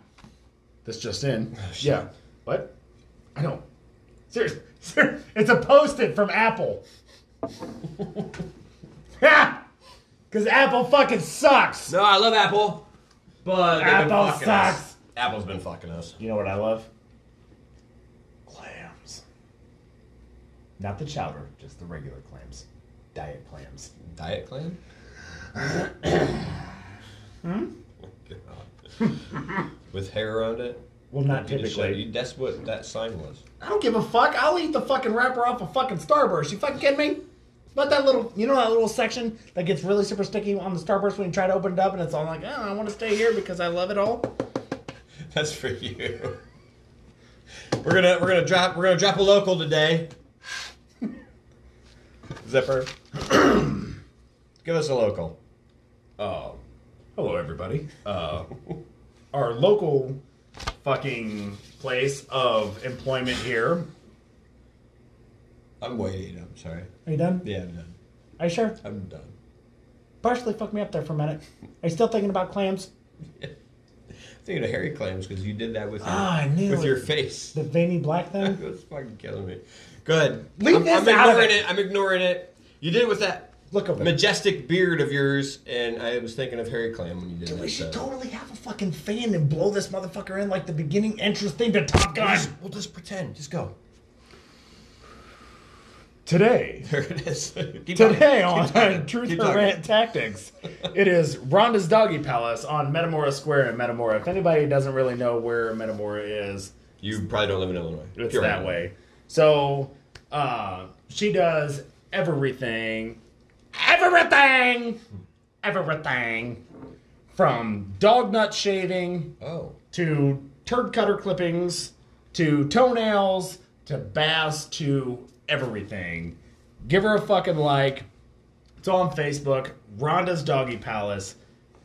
Speaker 3: This just in. yeah. What? I don't. Seriously. It's a post it from Apple. Ha! Because Apple fucking sucks.
Speaker 1: No, I love Apple, but they've been
Speaker 3: Apple
Speaker 1: fucking
Speaker 3: sucks.
Speaker 1: Us. Apple's been fucking us.
Speaker 3: You know what I love? Clams. Not the chowder, just the regular clams. Diet clams.
Speaker 1: Diet clam.
Speaker 3: Hmm?
Speaker 1: God. With hair around it.
Speaker 3: Well, not
Speaker 1: You just
Speaker 3: typically.
Speaker 1: said- That's what that sign was.
Speaker 3: I don't give a fuck. I'll eat the fucking wrapper off a fucking Starburst. You fucking kidding me? But that little, you know that little section that gets really super sticky on the Starburst when you try to open it up and it's all like, oh, I want to stay here because I love it all.
Speaker 1: That's for you. We're gonna we're gonna drop we're gonna drop a local today. Zipper, give us a local.
Speaker 3: Oh, hello everybody. Uh, our local fucking place of employment here.
Speaker 1: I'm waiting. I'm sorry.
Speaker 3: Are you done?
Speaker 1: Yeah, I'm done.
Speaker 3: Are you sure?
Speaker 1: I'm done.
Speaker 3: Partially fucked me up there for a minute. Are you still thinking about clams?
Speaker 1: Thinking of hairy clams because you did that with your,
Speaker 3: Ah, I knew
Speaker 1: with
Speaker 3: it.
Speaker 1: your face.
Speaker 3: The veiny black
Speaker 1: It
Speaker 3: thing?
Speaker 1: was fucking killing me. Good.
Speaker 3: Leave
Speaker 1: I'm, I'm
Speaker 3: this out of
Speaker 1: ignoring
Speaker 3: it.
Speaker 1: I'm ignoring it. You did it with that
Speaker 3: Look over there.
Speaker 1: majestic beard of yours, and I was thinking of hairy clam when you did
Speaker 3: Dude,
Speaker 1: that.
Speaker 3: we should
Speaker 1: so-
Speaker 3: totally have a fucking fan and blow this motherfucker in like the beginning entrance thing to Top Gun.
Speaker 1: Just- we'll just pretend. Just go.
Speaker 3: Today,
Speaker 1: There it is. Keep
Speaker 3: today
Speaker 1: talking.
Speaker 3: on
Speaker 1: Keep talking.
Speaker 3: Truth
Speaker 1: Keep
Speaker 3: or
Speaker 1: talking.
Speaker 3: Rant Tactics, it is Rhonda's Doggy Palace on Metamora Square in Metamora. If anybody doesn't really know where Metamora is,
Speaker 1: You probably don't live in Illinois.
Speaker 3: It's
Speaker 1: You're
Speaker 3: that
Speaker 1: right.
Speaker 3: way. So uh, she does everything, everything, everything, from dog nut shaving
Speaker 1: Oh.
Speaker 3: to turd cutter clippings to toenails to bass to everything. Give her a fucking like. It's all on Facebook, Rhonda's Doggy Palace.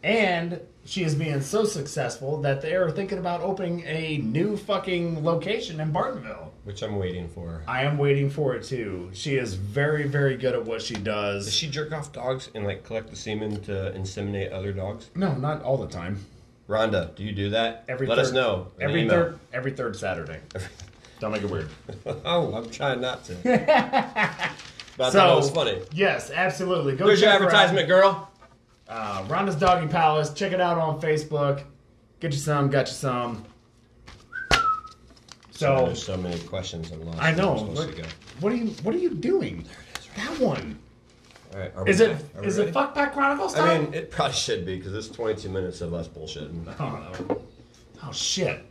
Speaker 3: And she is being so successful that they are thinking about opening a new fucking location in Bartonville.
Speaker 1: Which I'm waiting for.
Speaker 3: I am waiting for it too. She is very, very good at what she does.
Speaker 1: Does she jerk off dogs and like collect the semen to inseminate other dogs?
Speaker 3: no, not all the time.
Speaker 1: Rhonda, do you do that?
Speaker 3: Every
Speaker 1: Let
Speaker 3: third,
Speaker 1: us know. in
Speaker 3: Every
Speaker 1: an email.
Speaker 3: third, every third Saturday. Don't make it weird.
Speaker 1: Oh, I'm trying not to. but I
Speaker 3: so
Speaker 1: thought it was funny.
Speaker 3: Yes, absolutely. Go
Speaker 1: There's your
Speaker 3: check her out.
Speaker 1: advertisement, girl.
Speaker 3: Uh, Rhonda's Doggy Palace. Check it out on Facebook. Get you some. Got you some. So
Speaker 1: Oh, There's so many questions I'm lost.
Speaker 3: I
Speaker 1: where
Speaker 3: know.
Speaker 1: I'm supposed
Speaker 3: What,
Speaker 1: to go.
Speaker 3: what are you? What are you doing? That one.
Speaker 1: All right, are we
Speaker 3: Is it?
Speaker 1: back? Are we
Speaker 3: Is it
Speaker 1: ready?
Speaker 3: Fuck Pack Chronicles
Speaker 1: I
Speaker 3: time?
Speaker 1: mean, it probably should be because it's 22 minutes of us bullshitting.
Speaker 3: oh, oh shit!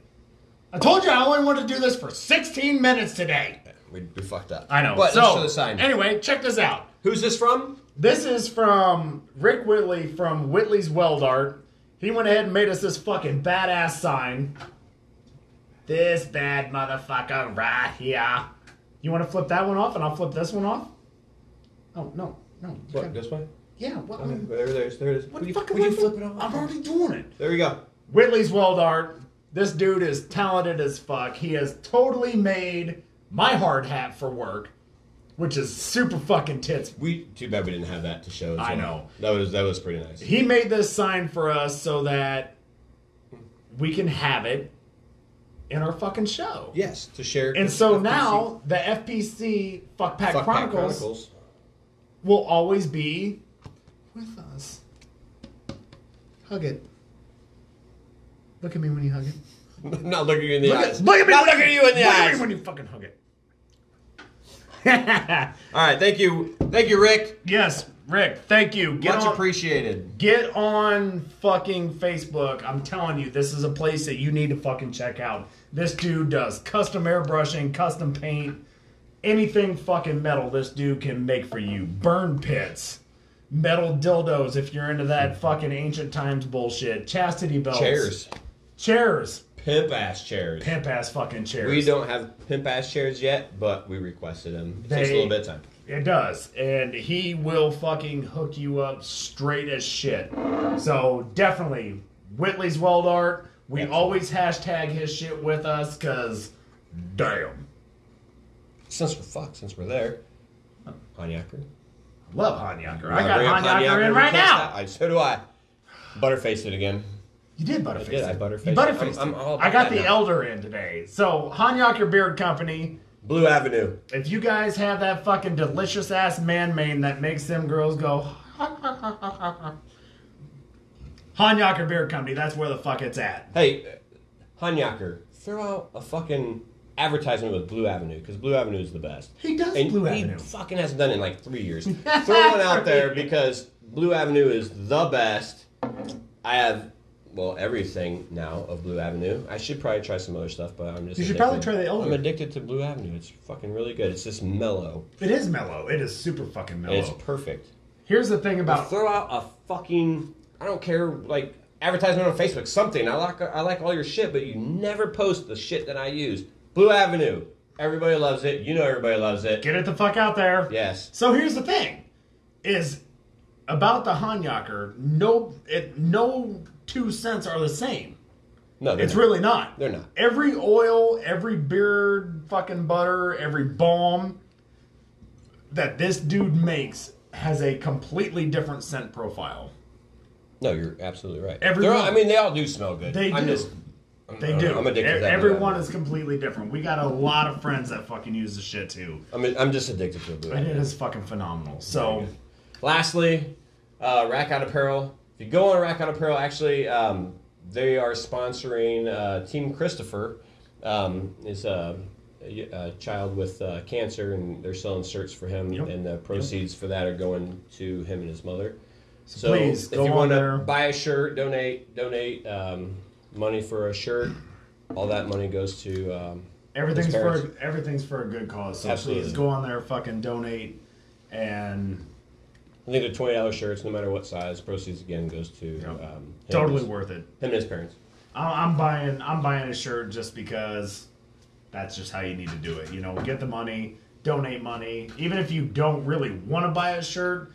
Speaker 3: I told you I only wanted to do this for 16 minutes today.
Speaker 1: We, we fucked up.
Speaker 3: I know.
Speaker 1: But
Speaker 3: so
Speaker 1: let's show the sign.
Speaker 3: anyway, check this out.
Speaker 1: Who's this from?
Speaker 3: This is from Rick Whitley from Whitley's Weld Art. He went ahead and made us this fucking badass sign. This bad motherfucker right here. You want to flip that one off and I'll flip this one off? Oh, no, no. you
Speaker 1: What,
Speaker 3: gotta-
Speaker 1: this one?
Speaker 3: Yeah, what? I
Speaker 1: Okay,
Speaker 3: mean,
Speaker 1: there, there, there it is.
Speaker 3: what
Speaker 1: we
Speaker 3: the
Speaker 1: can-
Speaker 3: fuck
Speaker 1: we
Speaker 3: am
Speaker 1: can
Speaker 3: I-
Speaker 1: flip it off.
Speaker 3: I'm already doing it.
Speaker 1: There we go.
Speaker 3: Whitley's Weld Art. This dude is talented as fuck. He has totally made my hard hat for work, which is super fucking tits
Speaker 1: We too bad we didn't have that to show. As
Speaker 3: I
Speaker 1: well.
Speaker 3: know.
Speaker 1: that was that was pretty nice.
Speaker 3: he made this sign for us so that we can have it in our fucking show.
Speaker 1: Yes, to share.
Speaker 3: And so
Speaker 1: FPC
Speaker 3: now the FPC Fuck Pack
Speaker 1: Fuck Pack
Speaker 3: Chronicles,
Speaker 1: Chronicles.
Speaker 3: will always be with us. Hug it. Look at me when you hug it.
Speaker 1: I'm not looking you in the
Speaker 3: Look
Speaker 1: eyes.
Speaker 3: at, look at me
Speaker 1: Not
Speaker 3: when
Speaker 1: looking you in the
Speaker 3: look at
Speaker 1: eyes.
Speaker 3: me when you fucking hug it.
Speaker 1: All right, thank you, thank you, Rick.
Speaker 3: yes, Rick, thank you. Get
Speaker 1: Much
Speaker 3: on-
Speaker 1: appreciated.
Speaker 3: Get on fucking Facebook. I'm telling you, this is a place that you need to fucking check out. This dude does custom airbrushing, custom paint, anything fucking metal this dude can make for you. Burn pits, metal dildos if you're into that fucking ancient times bullshit, chastity belts,
Speaker 1: Chairs,
Speaker 3: chairs,
Speaker 1: pimp ass chairs.
Speaker 3: pimp ass fucking chairs.
Speaker 1: We don't have pimp ass chairs yet, but we requested them. It takes a
Speaker 3: They-
Speaker 1: little bit of time.
Speaker 3: It does. And he will fucking hook you up straight as shit. So definitely, Whitley's Weld Art. We
Speaker 1: Excellent.
Speaker 3: always hashtag his shit with us because, damn.
Speaker 1: Since we're fucked, since we're there, Hanyaker.
Speaker 3: Love Hanyaker.
Speaker 1: Wanna
Speaker 3: I got
Speaker 1: bring up
Speaker 3: Hanyaker in
Speaker 1: every
Speaker 3: right
Speaker 1: chance
Speaker 3: now.
Speaker 1: that- I, so do I. Butterface it again.
Speaker 3: You did butterface. I
Speaker 1: did, I butterfaced
Speaker 3: You
Speaker 1: it.
Speaker 3: butterfaced.
Speaker 1: I'm- I'm
Speaker 3: it.
Speaker 1: all about
Speaker 3: I got
Speaker 1: that
Speaker 3: the
Speaker 1: now.
Speaker 3: elder in today. So Hanyaker Beard Company.
Speaker 1: Blue Avenue.
Speaker 3: If you guys have that fucking delicious ass man mane that makes them girls go, Han Yakker Beer Company, that's where the fuck it's at.
Speaker 1: Hey, Hanyaker, throw out a fucking advertisement with Blue Avenue because Blue Avenue is the best.
Speaker 3: He does
Speaker 1: And
Speaker 3: Blue
Speaker 1: he
Speaker 3: Avenue.
Speaker 1: fucking hasn't done it in like three years. Throw one out there because Blue Avenue is the best. I have well everything now of Blue Avenue. I should probably try some other stuff, but I'm just.
Speaker 3: You should
Speaker 1: addicted.
Speaker 3: probably try the Elder.
Speaker 1: I'm addicted to Blue Avenue. It's fucking really good. It's just mellow.
Speaker 3: It is mellow. It is super fucking mellow.
Speaker 1: And it's perfect.
Speaker 3: Here's the thing about
Speaker 1: Throw out a fucking I don't care like advertisement on Facebook something. I like I like all your shit, but you never post the shit that I use. Blue Avenue. Everybody loves it. You know everybody loves it.
Speaker 3: get it the fuck out there.
Speaker 1: Yes.
Speaker 3: So here's the thing, is about the Hanyaker. No, it, no two cents are the same.
Speaker 1: No, they're
Speaker 3: It's
Speaker 1: not.
Speaker 3: really not.
Speaker 1: They're not.
Speaker 3: Every oil, every beard, fucking butter, every balm that this dude makes has a completely different scent profile.
Speaker 1: No, you're absolutely right.
Speaker 3: Everyone-
Speaker 1: They're all- I mean, they all do smell good.
Speaker 3: They
Speaker 1: I'm
Speaker 3: do.
Speaker 1: Just, I'm-
Speaker 3: They
Speaker 1: I'm-
Speaker 3: do.
Speaker 1: I'm addicted.
Speaker 3: E-
Speaker 1: to that uh,
Speaker 3: Everyone
Speaker 1: Blue
Speaker 3: is completely different. We got a lot of friends that fucking use the shit too,
Speaker 1: Avenue. I'm, I'm just addicted to blue.
Speaker 3: and
Speaker 1: Avenue.
Speaker 3: it is fucking phenomenal. So
Speaker 1: Lastly, uh, Rack Out Apparel. If you go on Rack Out Apparel, actually, um, they are sponsoring uh, Team Christopher. Um, is a, a, a child with uh, cancer, and they're selling shirts for him,
Speaker 3: Yep.
Speaker 1: and the proceeds for that are going to him and his mother. So,
Speaker 3: please,
Speaker 1: if
Speaker 3: go
Speaker 1: you
Speaker 3: on
Speaker 1: want
Speaker 3: there.
Speaker 1: to buy a shirt, donate, donate um, money for a shirt. All that money goes to um,
Speaker 3: everything's
Speaker 1: his parents.
Speaker 3: for everything's for a good cause. So
Speaker 1: Absolutely.
Speaker 3: please go on there, fucking donate, and
Speaker 1: I think they're twenty dollars shirts, no matter what size. Proceeds again goes to um, him and
Speaker 3: totally
Speaker 1: his-
Speaker 3: worth it.
Speaker 1: him and his parents.
Speaker 3: I- I'm buying. I'm buying a shirt just because that's just how you need to do it. You know, get the money, donate money. Even if you don't really want to buy a shirt,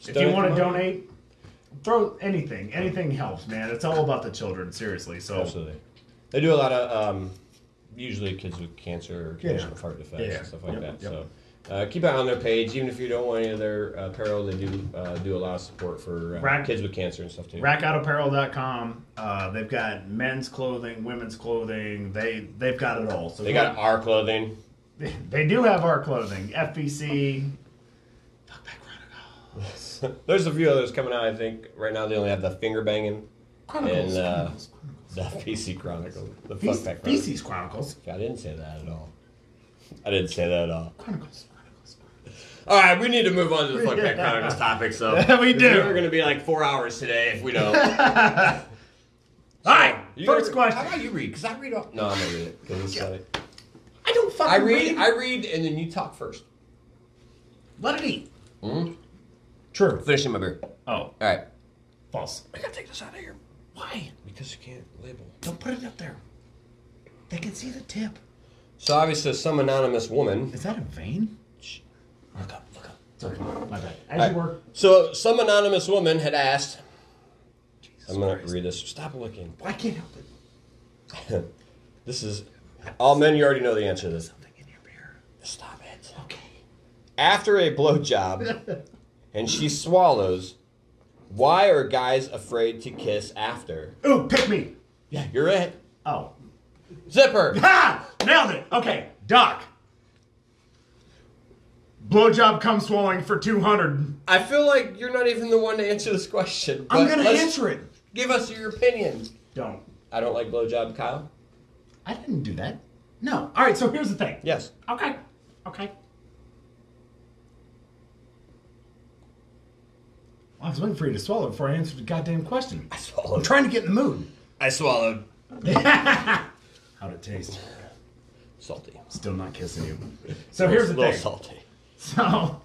Speaker 3: if you
Speaker 1: donate
Speaker 3: want to
Speaker 1: the money.
Speaker 3: donate, throw anything. Anything helps, man. It's all about the children, seriously. So
Speaker 1: Absolutely. They do a lot of um, usually kids with cancer or condition
Speaker 3: Yeah.
Speaker 1: of heart defects
Speaker 3: Yeah.
Speaker 1: and stuff like
Speaker 3: Yep,
Speaker 1: that.
Speaker 3: yep.
Speaker 1: So uh, keep it on their page, even if you don't want any of their uh, apparel. They do uh, do a lot of support for uh,
Speaker 3: Rack-
Speaker 1: kids with cancer and stuff too.
Speaker 3: RackOutApparel.com. Uh, they've got men's clothing, women's clothing. They they've got it all. So
Speaker 1: They got our clothing.
Speaker 3: They do have our clothing. FBC. Fuck back Chronicles.
Speaker 1: There's a few others coming out. I think right now they only have the finger banging and uh, the PC Chronicles. The fuck
Speaker 3: Feces,
Speaker 1: back Chronicles.
Speaker 3: Feces Chronicles.
Speaker 1: I didn't say that at all. I didn't say that at all.
Speaker 3: Chronicles.
Speaker 1: All right, we need to move on to the fuck back Chronicles topic. So
Speaker 3: We do.
Speaker 1: We're going to be like four hours today if we don't.
Speaker 3: All right.
Speaker 1: You
Speaker 3: First
Speaker 1: gotta-
Speaker 3: question.
Speaker 1: How about you read? Because I read all. No, I'm gonna read it. 'cause it's like-
Speaker 3: I don't fucking
Speaker 1: I read. I read, and then you talk first.
Speaker 3: Let it eat. True.
Speaker 1: Finishing my beer. All
Speaker 3: Oh,
Speaker 1: right.
Speaker 3: false.
Speaker 1: I gotta take this out of here
Speaker 3: Why?
Speaker 1: because you can't label.
Speaker 3: Don't put it up there. They can see the tip.
Speaker 1: So obviously, some anonymous woman.
Speaker 3: Is that a vein?
Speaker 1: Look up. Look up.
Speaker 3: Sorry, my bad. As
Speaker 1: All right.
Speaker 3: you were.
Speaker 1: So some anonymous woman had asked. I'm gonna
Speaker 3: Christ.
Speaker 1: read this. Stop looking.
Speaker 3: I can't help it.
Speaker 1: This is. All men, you already know the answer to this.
Speaker 3: Something in your beer.
Speaker 1: Stop it.
Speaker 3: Okay.
Speaker 1: After a blowjob, and she swallows. Why are guys afraid to kiss after?
Speaker 3: Ooh, pick me.
Speaker 1: Yeah, you're it.
Speaker 3: Oh.
Speaker 1: Zipper.
Speaker 3: Ha! Nailed it. Okay, Doc. Blowjob cum swallowing for 200.
Speaker 1: I feel like you're not even the one to answer this question.
Speaker 3: I'm
Speaker 1: but
Speaker 3: gonna
Speaker 1: let's-
Speaker 3: answer it.
Speaker 1: Give us your opinion.
Speaker 3: Don't.
Speaker 1: I don't like blowjob, Kyle.
Speaker 3: I didn't do that. No. All right, so here's the thing.
Speaker 1: Yes.
Speaker 3: Okay. Okay. I was waiting for you to swallow before I answered the goddamn question.
Speaker 1: I
Speaker 3: I'm
Speaker 1: swallowed.
Speaker 3: trying to get in the mood.
Speaker 1: I swallowed.
Speaker 3: How'd it taste?
Speaker 1: Salty.
Speaker 3: Still not kissing you. So here's the
Speaker 1: a little
Speaker 3: thing.
Speaker 1: salty.
Speaker 3: So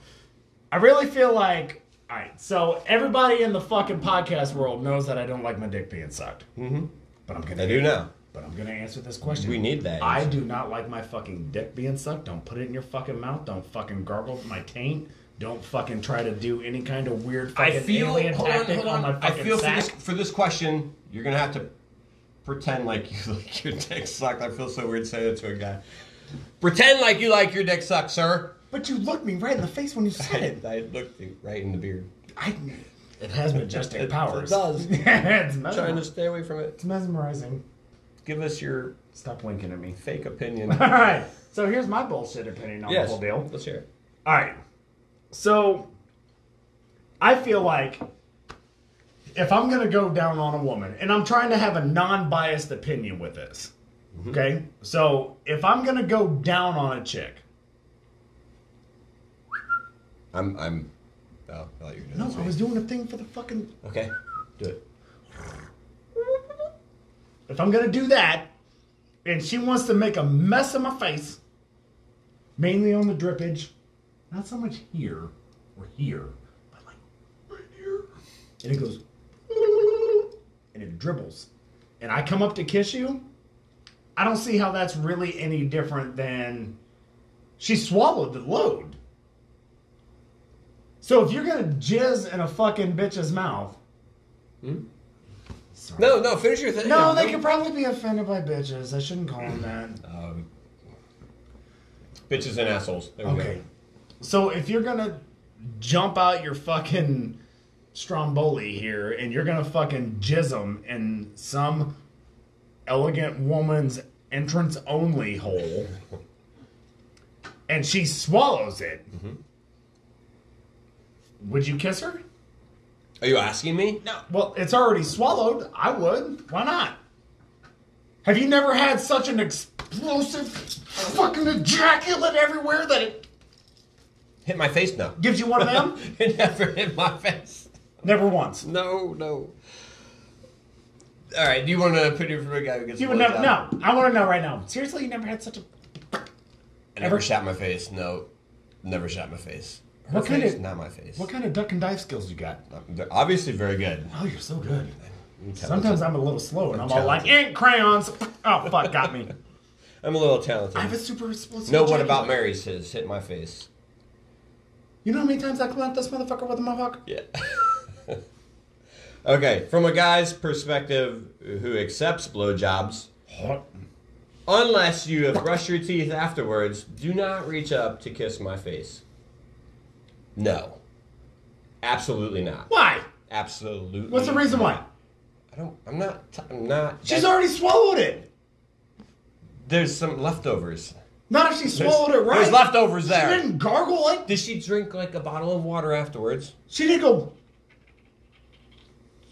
Speaker 3: I really feel like all right. So everybody in the fucking podcast world knows that I don't like my dick being sucked. Mm-hmm. But I'm gonna.
Speaker 1: I do now.
Speaker 3: But I'm gonna answer this question.
Speaker 1: We need that
Speaker 3: I
Speaker 1: answer.
Speaker 3: do not like my fucking dick being sucked. Don't put it in your fucking mouth. Don't fucking gargle my taint. Don't fucking try to do any kind of weird fucking alien tactic my
Speaker 1: I
Speaker 3: fucking
Speaker 1: feel for
Speaker 3: sack.
Speaker 1: this, for this question, you're gonna have to pretend like you like your dick sucked. I feel so weird saying it to a guy. Pretend like you like your dick sucked, sir.
Speaker 3: But you looked me right in the face when you said
Speaker 1: I,
Speaker 3: it.
Speaker 1: I looked you right in the beard.
Speaker 3: I, it has majestic
Speaker 1: It- it
Speaker 3: powers.
Speaker 1: does.
Speaker 3: it's
Speaker 1: Trying to
Speaker 3: mesmer-
Speaker 1: stay away from it.
Speaker 3: it's mesmerizing.
Speaker 1: give us your
Speaker 3: Stop winking at me.
Speaker 1: fake opinion.
Speaker 3: All right. So here's my bullshit opinion on the
Speaker 1: yes.
Speaker 3: whole deal.
Speaker 1: Let's hear it.
Speaker 3: All right. So I feel like if I'm going to go down on a woman, and I'm trying to have a non biased opinion with this, okay? So if I'm going to go down on a chick,
Speaker 1: I'm. I'm. Oh, I thought you were doing
Speaker 3: no,
Speaker 1: this
Speaker 3: I
Speaker 1: way.
Speaker 3: was doing a thing for the fucking.
Speaker 1: Okay. Do it.
Speaker 3: If I'm going to do that, and she wants to make a mess of my face, mainly on the drippage, not so much here or here, but like right here. And it goes, and it dribbles. And I come up to kiss you. I don't see how that's really any different than she swallowed the load. So if you're gonna jizz in a fucking bitch's mouth, Sorry.
Speaker 1: No, no. Finish your thing.
Speaker 3: No, they could probably be offended by bitches. I shouldn't call them that.
Speaker 1: Um, bitches and assholes. There we
Speaker 3: Okay. So if you're gonna jump out your fucking Stromboli here and you're gonna fucking jism in some elegant woman's entrance only hole and she swallows it, would you kiss her?
Speaker 1: go. Are you asking me? No.
Speaker 3: Well, it's already swallowed. I would. Why not? Have you never had such an explosive fucking ejaculate everywhere that it
Speaker 1: Hit my face? No.
Speaker 3: gives you one of them?
Speaker 1: it never hit my face.
Speaker 3: never once.
Speaker 1: No, no. All right. Do you want to put it from a guy who gets?
Speaker 3: You would
Speaker 1: blowjob?
Speaker 3: never. No, I want to know right now. Seriously, you never had such a.
Speaker 1: I never
Speaker 3: Ever?
Speaker 1: shot my face. No, never shot my face. Her
Speaker 3: What kind
Speaker 1: face,
Speaker 3: of-
Speaker 1: Not my face.
Speaker 3: What kind of duck and dive skills you got?
Speaker 1: They're obviously very good.
Speaker 3: Oh, you're so good.
Speaker 1: I'm
Speaker 3: Sometimes
Speaker 1: talented.
Speaker 3: I'm a little slow and I'm all like,
Speaker 1: Talented.
Speaker 3: ink crayons. Oh fuck, got me.
Speaker 1: I'm a little talented.
Speaker 3: I have a super explosive.
Speaker 1: no one about
Speaker 3: ejaculate.
Speaker 1: Mary's his hit my face.
Speaker 3: You know how many times I clamped this motherfucker with a motherfucker?
Speaker 1: Yeah. okay, from a guy's perspective who accepts blowjobs, unless you have brushed your teeth afterwards, do not reach up to kiss my face. No. Absolutely not.
Speaker 3: Why?
Speaker 1: Absolutely.
Speaker 3: What's the reason why?
Speaker 1: I don't. I'm not. T- I'm not.
Speaker 3: She's
Speaker 1: that's-
Speaker 3: already swallowed it.
Speaker 1: There's some leftovers.
Speaker 3: Not if she swallowed it right.
Speaker 1: There's leftovers
Speaker 3: She
Speaker 1: there.
Speaker 3: didn't gargle like
Speaker 1: Did she drink like a bottle of water afterwards?
Speaker 3: she didn't go.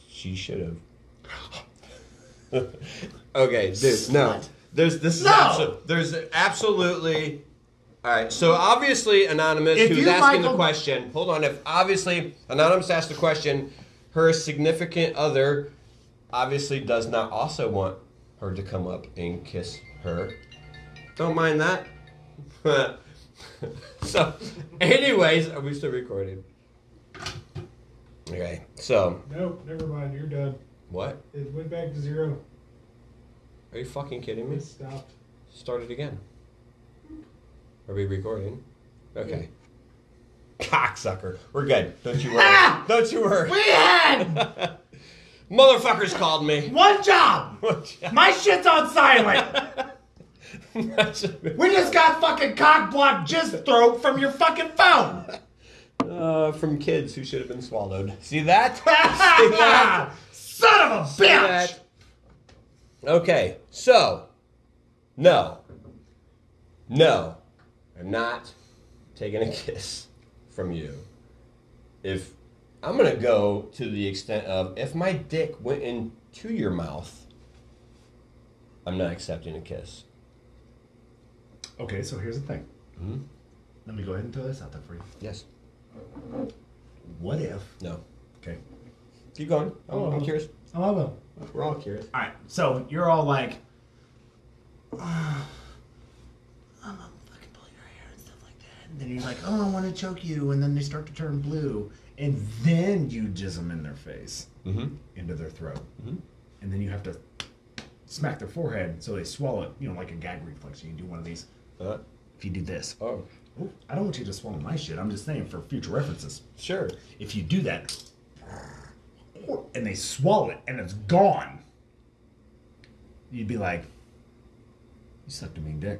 Speaker 1: She should have. okay, dude. No,
Speaker 3: Slut.
Speaker 1: there's this. Is
Speaker 3: No!
Speaker 1: abso- there's absolutely. All right. So obviously, anonymous
Speaker 3: If
Speaker 1: who's
Speaker 3: you,
Speaker 1: asking
Speaker 3: Michael-
Speaker 1: the question. Hold on. If obviously anonymous asked the question, her significant other obviously does not also want her to come up and kiss her. Don't mind that. so, anyways, are we still recording? Okay. So
Speaker 2: Nope, never mind. You're done.
Speaker 1: what?
Speaker 2: It went back to zero.
Speaker 1: Are you fucking kidding me?
Speaker 2: It stopped.
Speaker 1: Start it again. Are we recording? Okay. Cocksucker. We're good. Don't you worry.
Speaker 3: Ah!
Speaker 1: Don't you worry.
Speaker 3: We had
Speaker 1: Motherfuckers called me.
Speaker 3: one job. My shit's on silent. We just got fucking cock block jizz throat from your fucking phone.
Speaker 1: uh, from kids who should have been swallowed. See that? See that?
Speaker 3: Son of a
Speaker 1: See
Speaker 3: bitch.
Speaker 1: that? Okay. So, no. No. I'm not taking a kiss from you. If I'm going to go to the extent of if my dick went into your mouth, I'm not accepting a kiss.
Speaker 3: Okay, so here's the thing. Hmm? Let me go ahead and throw this out there for you.
Speaker 1: Yes.
Speaker 3: What if?
Speaker 1: No.
Speaker 3: Okay.
Speaker 1: Keep going. I'm, I'm curious.
Speaker 3: I love him.
Speaker 1: Uh-huh. We're all curious.
Speaker 3: All right, so you're all like, "Ah, I'm gonna fucking pull your hair and stuff like that. And then you're like, oh, I want to choke you. And then they start to turn blue. And then you jizz them in their face,
Speaker 1: Mm-hmm.
Speaker 3: into their throat. And then you have to smack their forehead so they swallow it, you know, like a gag reflex. You can do one of these.
Speaker 1: Uh,
Speaker 3: If you do this,
Speaker 1: oh,
Speaker 3: oh, I don't want you to swallow my shit. I'm just saying for future references.
Speaker 1: sure.
Speaker 3: If you do that, and they swallow it and it's gone, you'd be like, "You sucked a mean dick."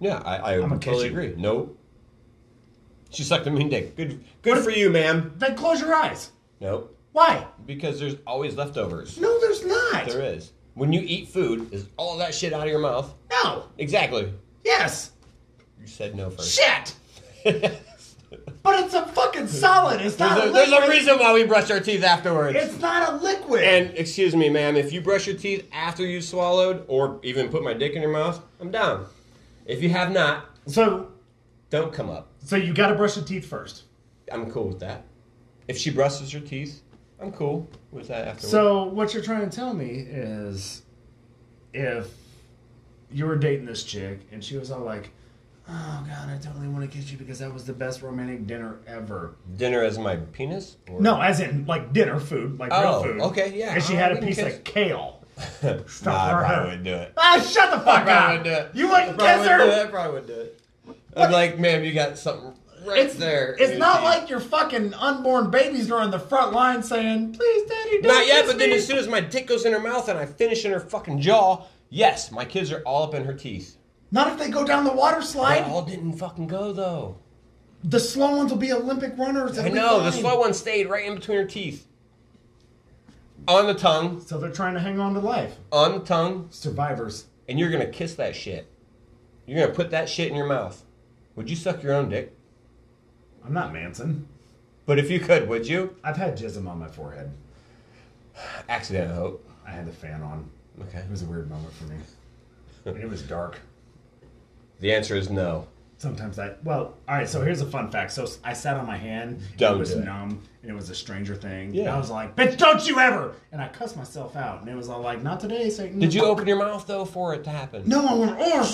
Speaker 1: Yeah, I, I
Speaker 3: I'ma kiss
Speaker 1: totally
Speaker 3: you.
Speaker 1: agree. No. She sucked a mean dick. Good, good for you, ma'am.
Speaker 3: Then close your eyes.
Speaker 1: No,
Speaker 3: Why?
Speaker 1: because there's always leftovers.
Speaker 3: No, there's not.
Speaker 1: There is. When you eat food, is all that shit out of your mouth?
Speaker 3: No.
Speaker 1: Exactly.
Speaker 3: Yes.
Speaker 1: You said no first.
Speaker 3: Shit. But it's a fucking solid. It's not
Speaker 1: there's, a,
Speaker 3: a
Speaker 1: there's
Speaker 3: liquid.
Speaker 1: a reason why we brush our teeth afterwards.
Speaker 3: It's not a liquid.
Speaker 1: and excuse me, ma'am, if you brush your teeth after you've swallowed, or even put my dick in your mouth, I'm down. If you have not,
Speaker 3: so,
Speaker 1: don't come up.
Speaker 3: so you got to brush your teeth first.
Speaker 1: I'm cool with that. If she brushes her teeth, I'm cool with that afterwards.
Speaker 3: So what you're trying to tell me is, if you were dating this chick and she was all like, "Oh God, I totally want to kiss you because that was the best romantic dinner ever."
Speaker 1: dinner as my penis? Or
Speaker 3: No, as in like dinner food, like
Speaker 1: Oh,
Speaker 3: real food.
Speaker 1: okay, yeah.
Speaker 3: And she
Speaker 1: Oh,
Speaker 3: had a
Speaker 1: we can
Speaker 3: piece
Speaker 1: kiss.
Speaker 3: of kale.
Speaker 1: nah, I
Speaker 3: for her.
Speaker 1: probably wouldn't do it.
Speaker 3: Ah, shut the
Speaker 1: I
Speaker 3: fuck
Speaker 1: probably
Speaker 3: up!
Speaker 1: wouldn't do it.
Speaker 3: You
Speaker 1: I
Speaker 3: wouldn't
Speaker 1: probably
Speaker 3: kiss
Speaker 1: wouldn't do it.
Speaker 3: her.
Speaker 1: I probably wouldn't do it. I'm like, ma'am, you got something right
Speaker 3: It's
Speaker 1: there. in
Speaker 3: It's
Speaker 1: your
Speaker 3: not
Speaker 1: teeth."
Speaker 3: like your fucking unborn babies are on the front line saying, "Please, daddy, don't
Speaker 1: Not yet,
Speaker 3: kiss
Speaker 1: but then
Speaker 3: me."
Speaker 1: as soon as my dick goes in her mouth and I finish in her fucking jaw, yes, my kids are all up in her teeth.
Speaker 3: Not if they go down the water
Speaker 1: They
Speaker 3: slide.
Speaker 1: all didn't fucking go though.
Speaker 3: The slow ones will be Olympic runners.
Speaker 1: I know the slow one stayed right in between her teeth, on the tongue,
Speaker 3: So they're trying to hang on to life.
Speaker 1: on the tongue,
Speaker 3: Survivors.
Speaker 1: and you're gonna kiss that shit. You're gonna put that shit in your mouth. Would you suck your own dick?
Speaker 3: I'm not Manson.
Speaker 1: But if you could, would you?
Speaker 3: I've had jism on my forehead.
Speaker 1: Accident, I hope.
Speaker 3: I had the fan on.
Speaker 1: Okay.
Speaker 3: It was a weird moment for me. And it was dark.
Speaker 1: The answer is no.
Speaker 3: Sometimes I well, all right. So here's a fun fact. So I sat on my hand. and
Speaker 1: Don't
Speaker 3: it was
Speaker 1: do it.
Speaker 3: numb, and it was a Stranger Thing. And
Speaker 1: Yeah.
Speaker 3: I was like, "Bitch, don't you ever!" And I cussed myself out, and it was all like, "Not today, Satan."
Speaker 1: Did you open your mouth though for it to happen?
Speaker 3: No, I went. Oh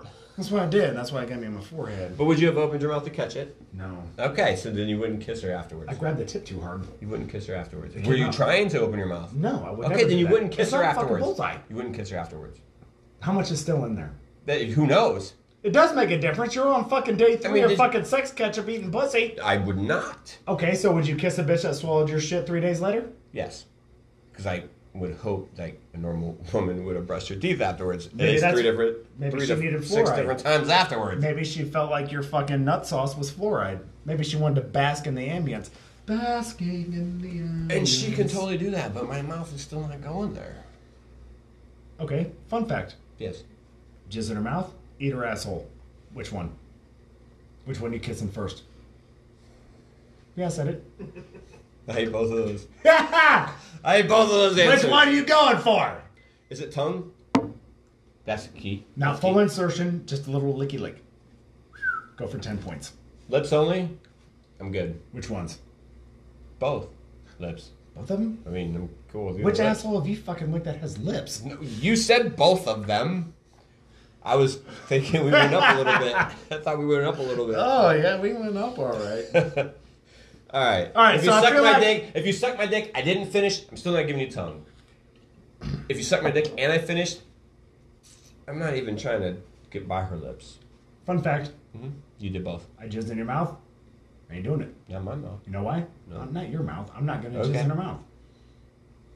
Speaker 3: shit! That's what I did. and That's why it got me on my forehead.
Speaker 1: But would you have opened your mouth to catch it?
Speaker 3: No,
Speaker 1: Okay, so then you wouldn't kiss her afterwards.
Speaker 3: I grabbed the tip too hard.
Speaker 1: You wouldn't kiss her afterwards.
Speaker 3: It
Speaker 1: Were
Speaker 3: came
Speaker 1: you
Speaker 3: out.
Speaker 1: trying to open your mouth?
Speaker 3: No, I would.
Speaker 1: Okay,
Speaker 3: never do
Speaker 1: then you
Speaker 3: that.
Speaker 1: wouldn't kiss
Speaker 3: It's
Speaker 1: her
Speaker 3: not a fucking
Speaker 1: afterwards.
Speaker 3: bullseye.
Speaker 1: You wouldn't kiss her afterwards.
Speaker 3: How much is still in there?
Speaker 1: That, who knows?
Speaker 3: It does make a difference. You're on fucking day three
Speaker 1: mean,
Speaker 3: of
Speaker 1: did-
Speaker 3: fucking sex ketchup eating pussy.
Speaker 1: I would not.
Speaker 3: Okay, so would you kiss a bitch that swallowed your shit three days later?
Speaker 1: Yes, because I would hope like a normal woman would have brushed her teeth afterwards.
Speaker 3: Maybe
Speaker 1: it's three
Speaker 3: that's-
Speaker 1: different,
Speaker 3: maybe
Speaker 1: three
Speaker 3: she
Speaker 1: diff-
Speaker 3: needed
Speaker 1: six
Speaker 3: fluoride.
Speaker 1: different times afterwards.
Speaker 3: Maybe she felt like your fucking nut sauce was fluoride. Maybe she wanted to bask in the ambience. Basking in the ambience.
Speaker 1: And she can totally do that, but my mouth is still not going there.
Speaker 3: Okay, fun fact.
Speaker 1: Yes.
Speaker 3: Jizz in her mouth, eat her asshole. Which one? Which one you kissing first? Yeah, I said it.
Speaker 1: I hate both of those.
Speaker 3: Which
Speaker 1: I hate both of those answers.
Speaker 3: one are you going for?
Speaker 1: Is it tongue? That's the key.
Speaker 3: Not
Speaker 1: That's key.
Speaker 3: full insertion, just a little licky lick. Go for 10 points.
Speaker 1: Lips only. I'm good.
Speaker 3: Which ones?
Speaker 1: Both lips.
Speaker 3: Both of them?
Speaker 1: I mean, I'm cool with you.
Speaker 3: Which
Speaker 1: Lips.
Speaker 3: asshole have you fucking licked that has lips?
Speaker 1: No, you said both of them. I was thinking we went up a little bit. I thought we went up a little bit.
Speaker 3: Oh, yeah, we went up all right.
Speaker 1: All right.
Speaker 3: All right,
Speaker 1: If
Speaker 3: so
Speaker 1: you
Speaker 3: I
Speaker 1: suck my
Speaker 3: feel like-
Speaker 1: dick, if you suck my dick, I didn't finish. I'm still not giving you tongue. If you suck my dick and I finished, I'm not even trying to get by her lips.
Speaker 3: Fun fact
Speaker 1: hmm You did both.
Speaker 3: I jizzed in your mouth. I ain't doing it.
Speaker 1: Not my mouth.
Speaker 3: You know why?
Speaker 1: No.
Speaker 3: Not, not your mouth. I'm not gonna
Speaker 1: Okay.
Speaker 3: jizz in her mouth.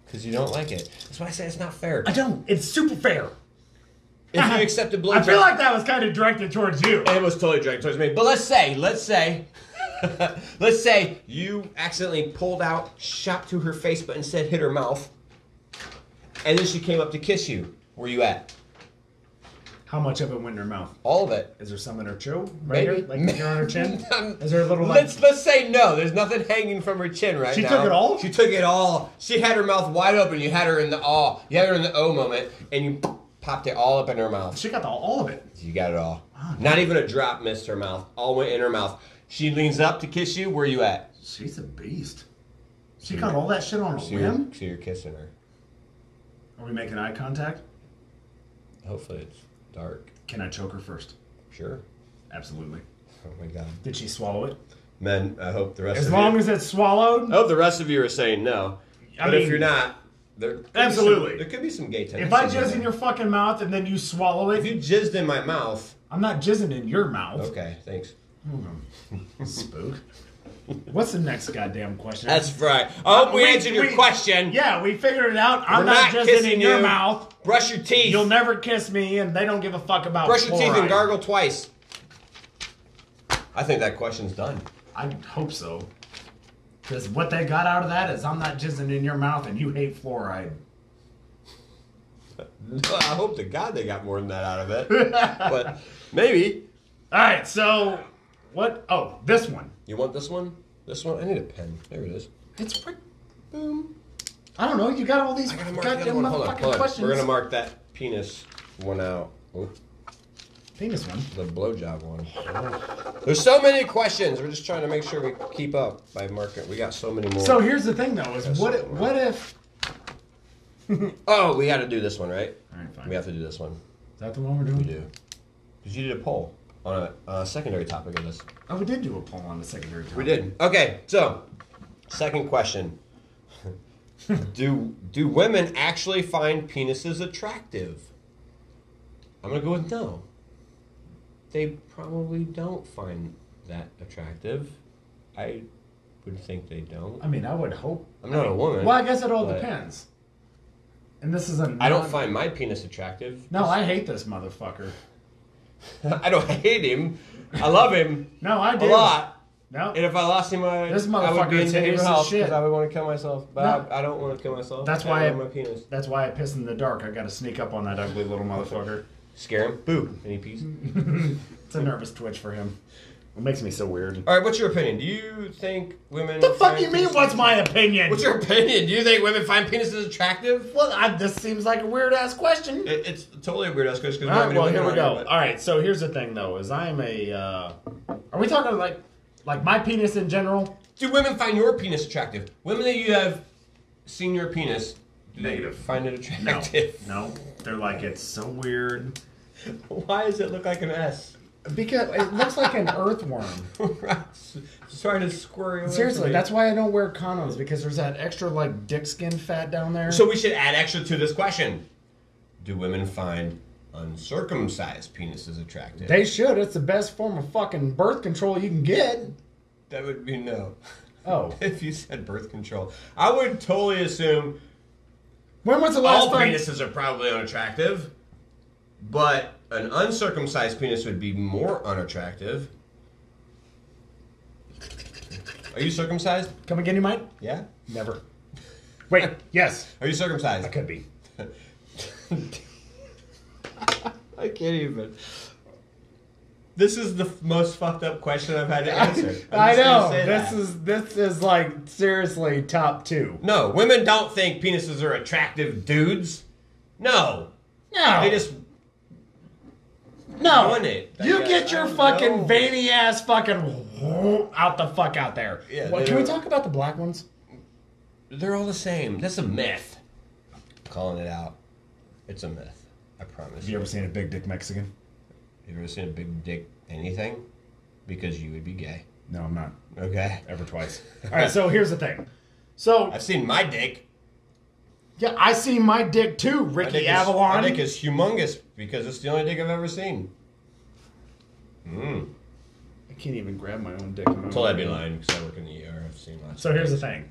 Speaker 1: Because you don't like it. That's why I say it's not fair.
Speaker 3: I don't. It's super fair.
Speaker 1: If you accept a blowjob,
Speaker 3: I feel like that was kind of directed towards you.
Speaker 1: it was totally dragged towards me. But let's say, let's say, let's say you accidentally pulled out, shot to her face, but instead hit her mouth, and then she came up to kiss you. Where you at?
Speaker 3: How much of it went in her mouth?
Speaker 1: All of it.
Speaker 3: Is there some in her chew? Right
Speaker 1: Maybe.
Speaker 3: here? Like here on her chin?
Speaker 1: Um,
Speaker 3: Is there a little like.
Speaker 1: Let's let's say no. There's nothing hanging from her chin right
Speaker 3: She
Speaker 1: now.
Speaker 3: took it all?
Speaker 1: She took it all. She had her mouth wide open. You had her in the all. You had her in the O moment, and you popped it all up in her mouth.
Speaker 3: She got the, all of it.
Speaker 1: You got it all.
Speaker 3: Ah,
Speaker 1: Not even a drop missed her mouth. All went in her mouth. She leans up to kiss you. Where you at?
Speaker 3: She's a beast. She got all that shit on a
Speaker 1: So you're,
Speaker 3: whim?
Speaker 1: so you're kissing her.
Speaker 3: Are we making eye contact?
Speaker 1: Hopefully it's dark.
Speaker 3: Can I choke her first?
Speaker 1: Sure.
Speaker 3: Absolutely.
Speaker 1: Oh my god.
Speaker 3: Did she swallow it?
Speaker 1: Men, I Oh, hope the rest
Speaker 3: As
Speaker 1: of
Speaker 3: long
Speaker 1: you,
Speaker 3: as it's swallowed.
Speaker 1: I hope the rest of you are saying no.
Speaker 3: I
Speaker 1: but if
Speaker 3: mean-
Speaker 1: you're not, there could be some-
Speaker 3: Absolutely.
Speaker 1: there could be some gay tension.
Speaker 3: If I jizz in your fucking mouth and then you swallow
Speaker 1: if
Speaker 3: it,
Speaker 1: you jizzed in my mouth,
Speaker 3: I'm not jizzing in your mouth.
Speaker 1: okay, thanks.
Speaker 3: Spook. What's the next goddamn question?
Speaker 1: That's right. I hope we,
Speaker 3: Uh, We-
Speaker 1: answered your
Speaker 3: we-
Speaker 1: question.
Speaker 3: Yeah, we figured it out. I'm
Speaker 1: We're
Speaker 3: not, jizzing in your
Speaker 1: you.
Speaker 3: mouth.
Speaker 1: Brush your teeth.
Speaker 3: You'll never kiss me, and they don't give a fuck about
Speaker 1: brush your teeth
Speaker 3: fluoride.
Speaker 1: and gargle twice. I think that question's done.
Speaker 3: I hope so. Because what they got out of that is I'm not jizzing in your mouth and you hate fluoride.
Speaker 1: Well, I hope to God they got more than that out of it. but maybe.
Speaker 3: All right, so what? Oh, this one.
Speaker 1: You want this one? This one? I need a pen. There it is.
Speaker 3: It's pre-
Speaker 1: Boom.
Speaker 3: I don't know. You got all these
Speaker 1: I gotta mark the other
Speaker 3: goddamn
Speaker 1: one. Hold on,
Speaker 3: motherfucking
Speaker 1: hold on.
Speaker 3: questions.
Speaker 1: We're gonna mark that penis one out. Oh,
Speaker 3: penis one.
Speaker 1: the blowjob one. There's so many questions. We're just trying to make sure we keep up by marking. We got so many more.
Speaker 3: So here's the thing, though: is
Speaker 1: Yes.
Speaker 3: what? If, what if?
Speaker 1: oh, we got to do this one, right?
Speaker 3: All right, fine.
Speaker 1: We have to do this one.
Speaker 3: Is that the one we're doing?
Speaker 1: We do. Because you did a poll on a, a secondary topic of this.
Speaker 3: Oh, we did do a poll on the secondary.
Speaker 1: We did. Okay, so second question: Do do women actually find penises attractive? I'm gonna go with no. They probably don't find that attractive. I would think they don't.
Speaker 3: I mean, I would hope.
Speaker 1: I'm not a woman.
Speaker 3: Well, I guess it all
Speaker 1: but
Speaker 3: depends. And this is a.
Speaker 1: I don't
Speaker 3: non-
Speaker 1: find my penis attractive.
Speaker 3: No, I hate this motherfucker.
Speaker 1: I don't hate him. I love him
Speaker 3: No, I
Speaker 1: a
Speaker 3: do.
Speaker 1: lot.
Speaker 3: No,
Speaker 1: And if I lost him, I,
Speaker 3: This
Speaker 1: I would be in
Speaker 3: motherfucker tastes
Speaker 1: neighbor
Speaker 3: as
Speaker 1: house
Speaker 3: shit.
Speaker 1: because I would want to kill myself. But
Speaker 3: No.
Speaker 1: I, I don't want to kill myself.
Speaker 3: That's
Speaker 1: I
Speaker 3: why
Speaker 1: love my
Speaker 3: I-
Speaker 1: penis.
Speaker 3: that's why I piss in the dark. I got to sneak up on that ugly little motherfucker.
Speaker 1: Scare him. Boo. Any peas?
Speaker 3: It's a nervous twitch for him. It makes me so weird.
Speaker 1: All right. What's your opinion? Do you think women?
Speaker 3: The fuck
Speaker 1: find
Speaker 3: you mean?
Speaker 1: penises-
Speaker 3: What's my opinion?
Speaker 1: What's your opinion? Do you think women find penises attractive?
Speaker 3: Well, I, this seems like a weird ass question.
Speaker 1: It, it's totally a weird ass question. 'cause
Speaker 3: All right,
Speaker 1: nobody
Speaker 3: well
Speaker 1: would
Speaker 3: here we
Speaker 1: know,
Speaker 3: go.
Speaker 1: but-
Speaker 3: All right, so here's the thing though: is I am a. Uh, are we talking like, like my penis in general?
Speaker 1: Do women find your penis attractive? Women that you have seen your penis, do
Speaker 3: Negative.
Speaker 1: they find it attractive?
Speaker 3: no. They're like it's so weird
Speaker 1: Why does it look like an S?
Speaker 3: because it looks like an earthworm.
Speaker 1: right. S- Sorry to squirrel. away
Speaker 3: Seriously,
Speaker 1: from
Speaker 3: that's why I don't wear condoms because there's that extra like dick skin fat down there.
Speaker 1: you. So we should add extra to this question. Do women find uncircumcised penises attractive?
Speaker 3: they should. It's the best form of fucking birth control you can get.
Speaker 1: that would be no.
Speaker 3: Oh,
Speaker 1: If you said birth control, I would totally assume
Speaker 3: when was the last
Speaker 1: all
Speaker 3: time?
Speaker 1: penises are probably unattractive, but an uncircumcised penis would be more unattractive. Are you circumcised?
Speaker 3: Come again, you might.
Speaker 1: Yeah.
Speaker 3: Never. Wait. yes,
Speaker 1: Are you circumcised?
Speaker 3: I could be.
Speaker 1: I can't even. This is the f- most fucked up question I've had to answer.
Speaker 3: I
Speaker 1: I'm just gonna
Speaker 3: know.
Speaker 1: say
Speaker 3: This
Speaker 1: that.
Speaker 3: is this is like seriously top two.
Speaker 1: No, women don't think penises are attractive dudes. No.
Speaker 3: No,
Speaker 1: They just
Speaker 3: no.
Speaker 1: want it. I
Speaker 3: You
Speaker 1: guess.
Speaker 3: get your
Speaker 1: I don't
Speaker 3: fucking
Speaker 1: know.
Speaker 3: veiny ass fucking out the fuck out there.
Speaker 1: Yeah,
Speaker 3: What-
Speaker 1: they
Speaker 3: can we
Speaker 1: don't-
Speaker 3: talk about the black ones?
Speaker 1: They're all the same. That's a myth. calling it out. It's a myth. I promise.
Speaker 3: Have you ever seen a big dick Mexican?
Speaker 1: you ever seen a big dick anything? Because you would be gay.
Speaker 3: No, I'm not.
Speaker 1: Okay.
Speaker 3: Ever twice. All right. So here's the thing. So
Speaker 1: I've seen my dick.
Speaker 3: yeah, I see my dick too,
Speaker 1: My
Speaker 3: Ricky
Speaker 1: dick
Speaker 3: Avalon.
Speaker 1: Is, my dick is humongous because it's the only dick I've ever seen.
Speaker 3: I can't even grab my own dick. in my
Speaker 1: Well, I'd
Speaker 3: own
Speaker 1: be
Speaker 3: hand.
Speaker 1: lying because I work in the ER. I've seen lots.
Speaker 3: So here's the thing.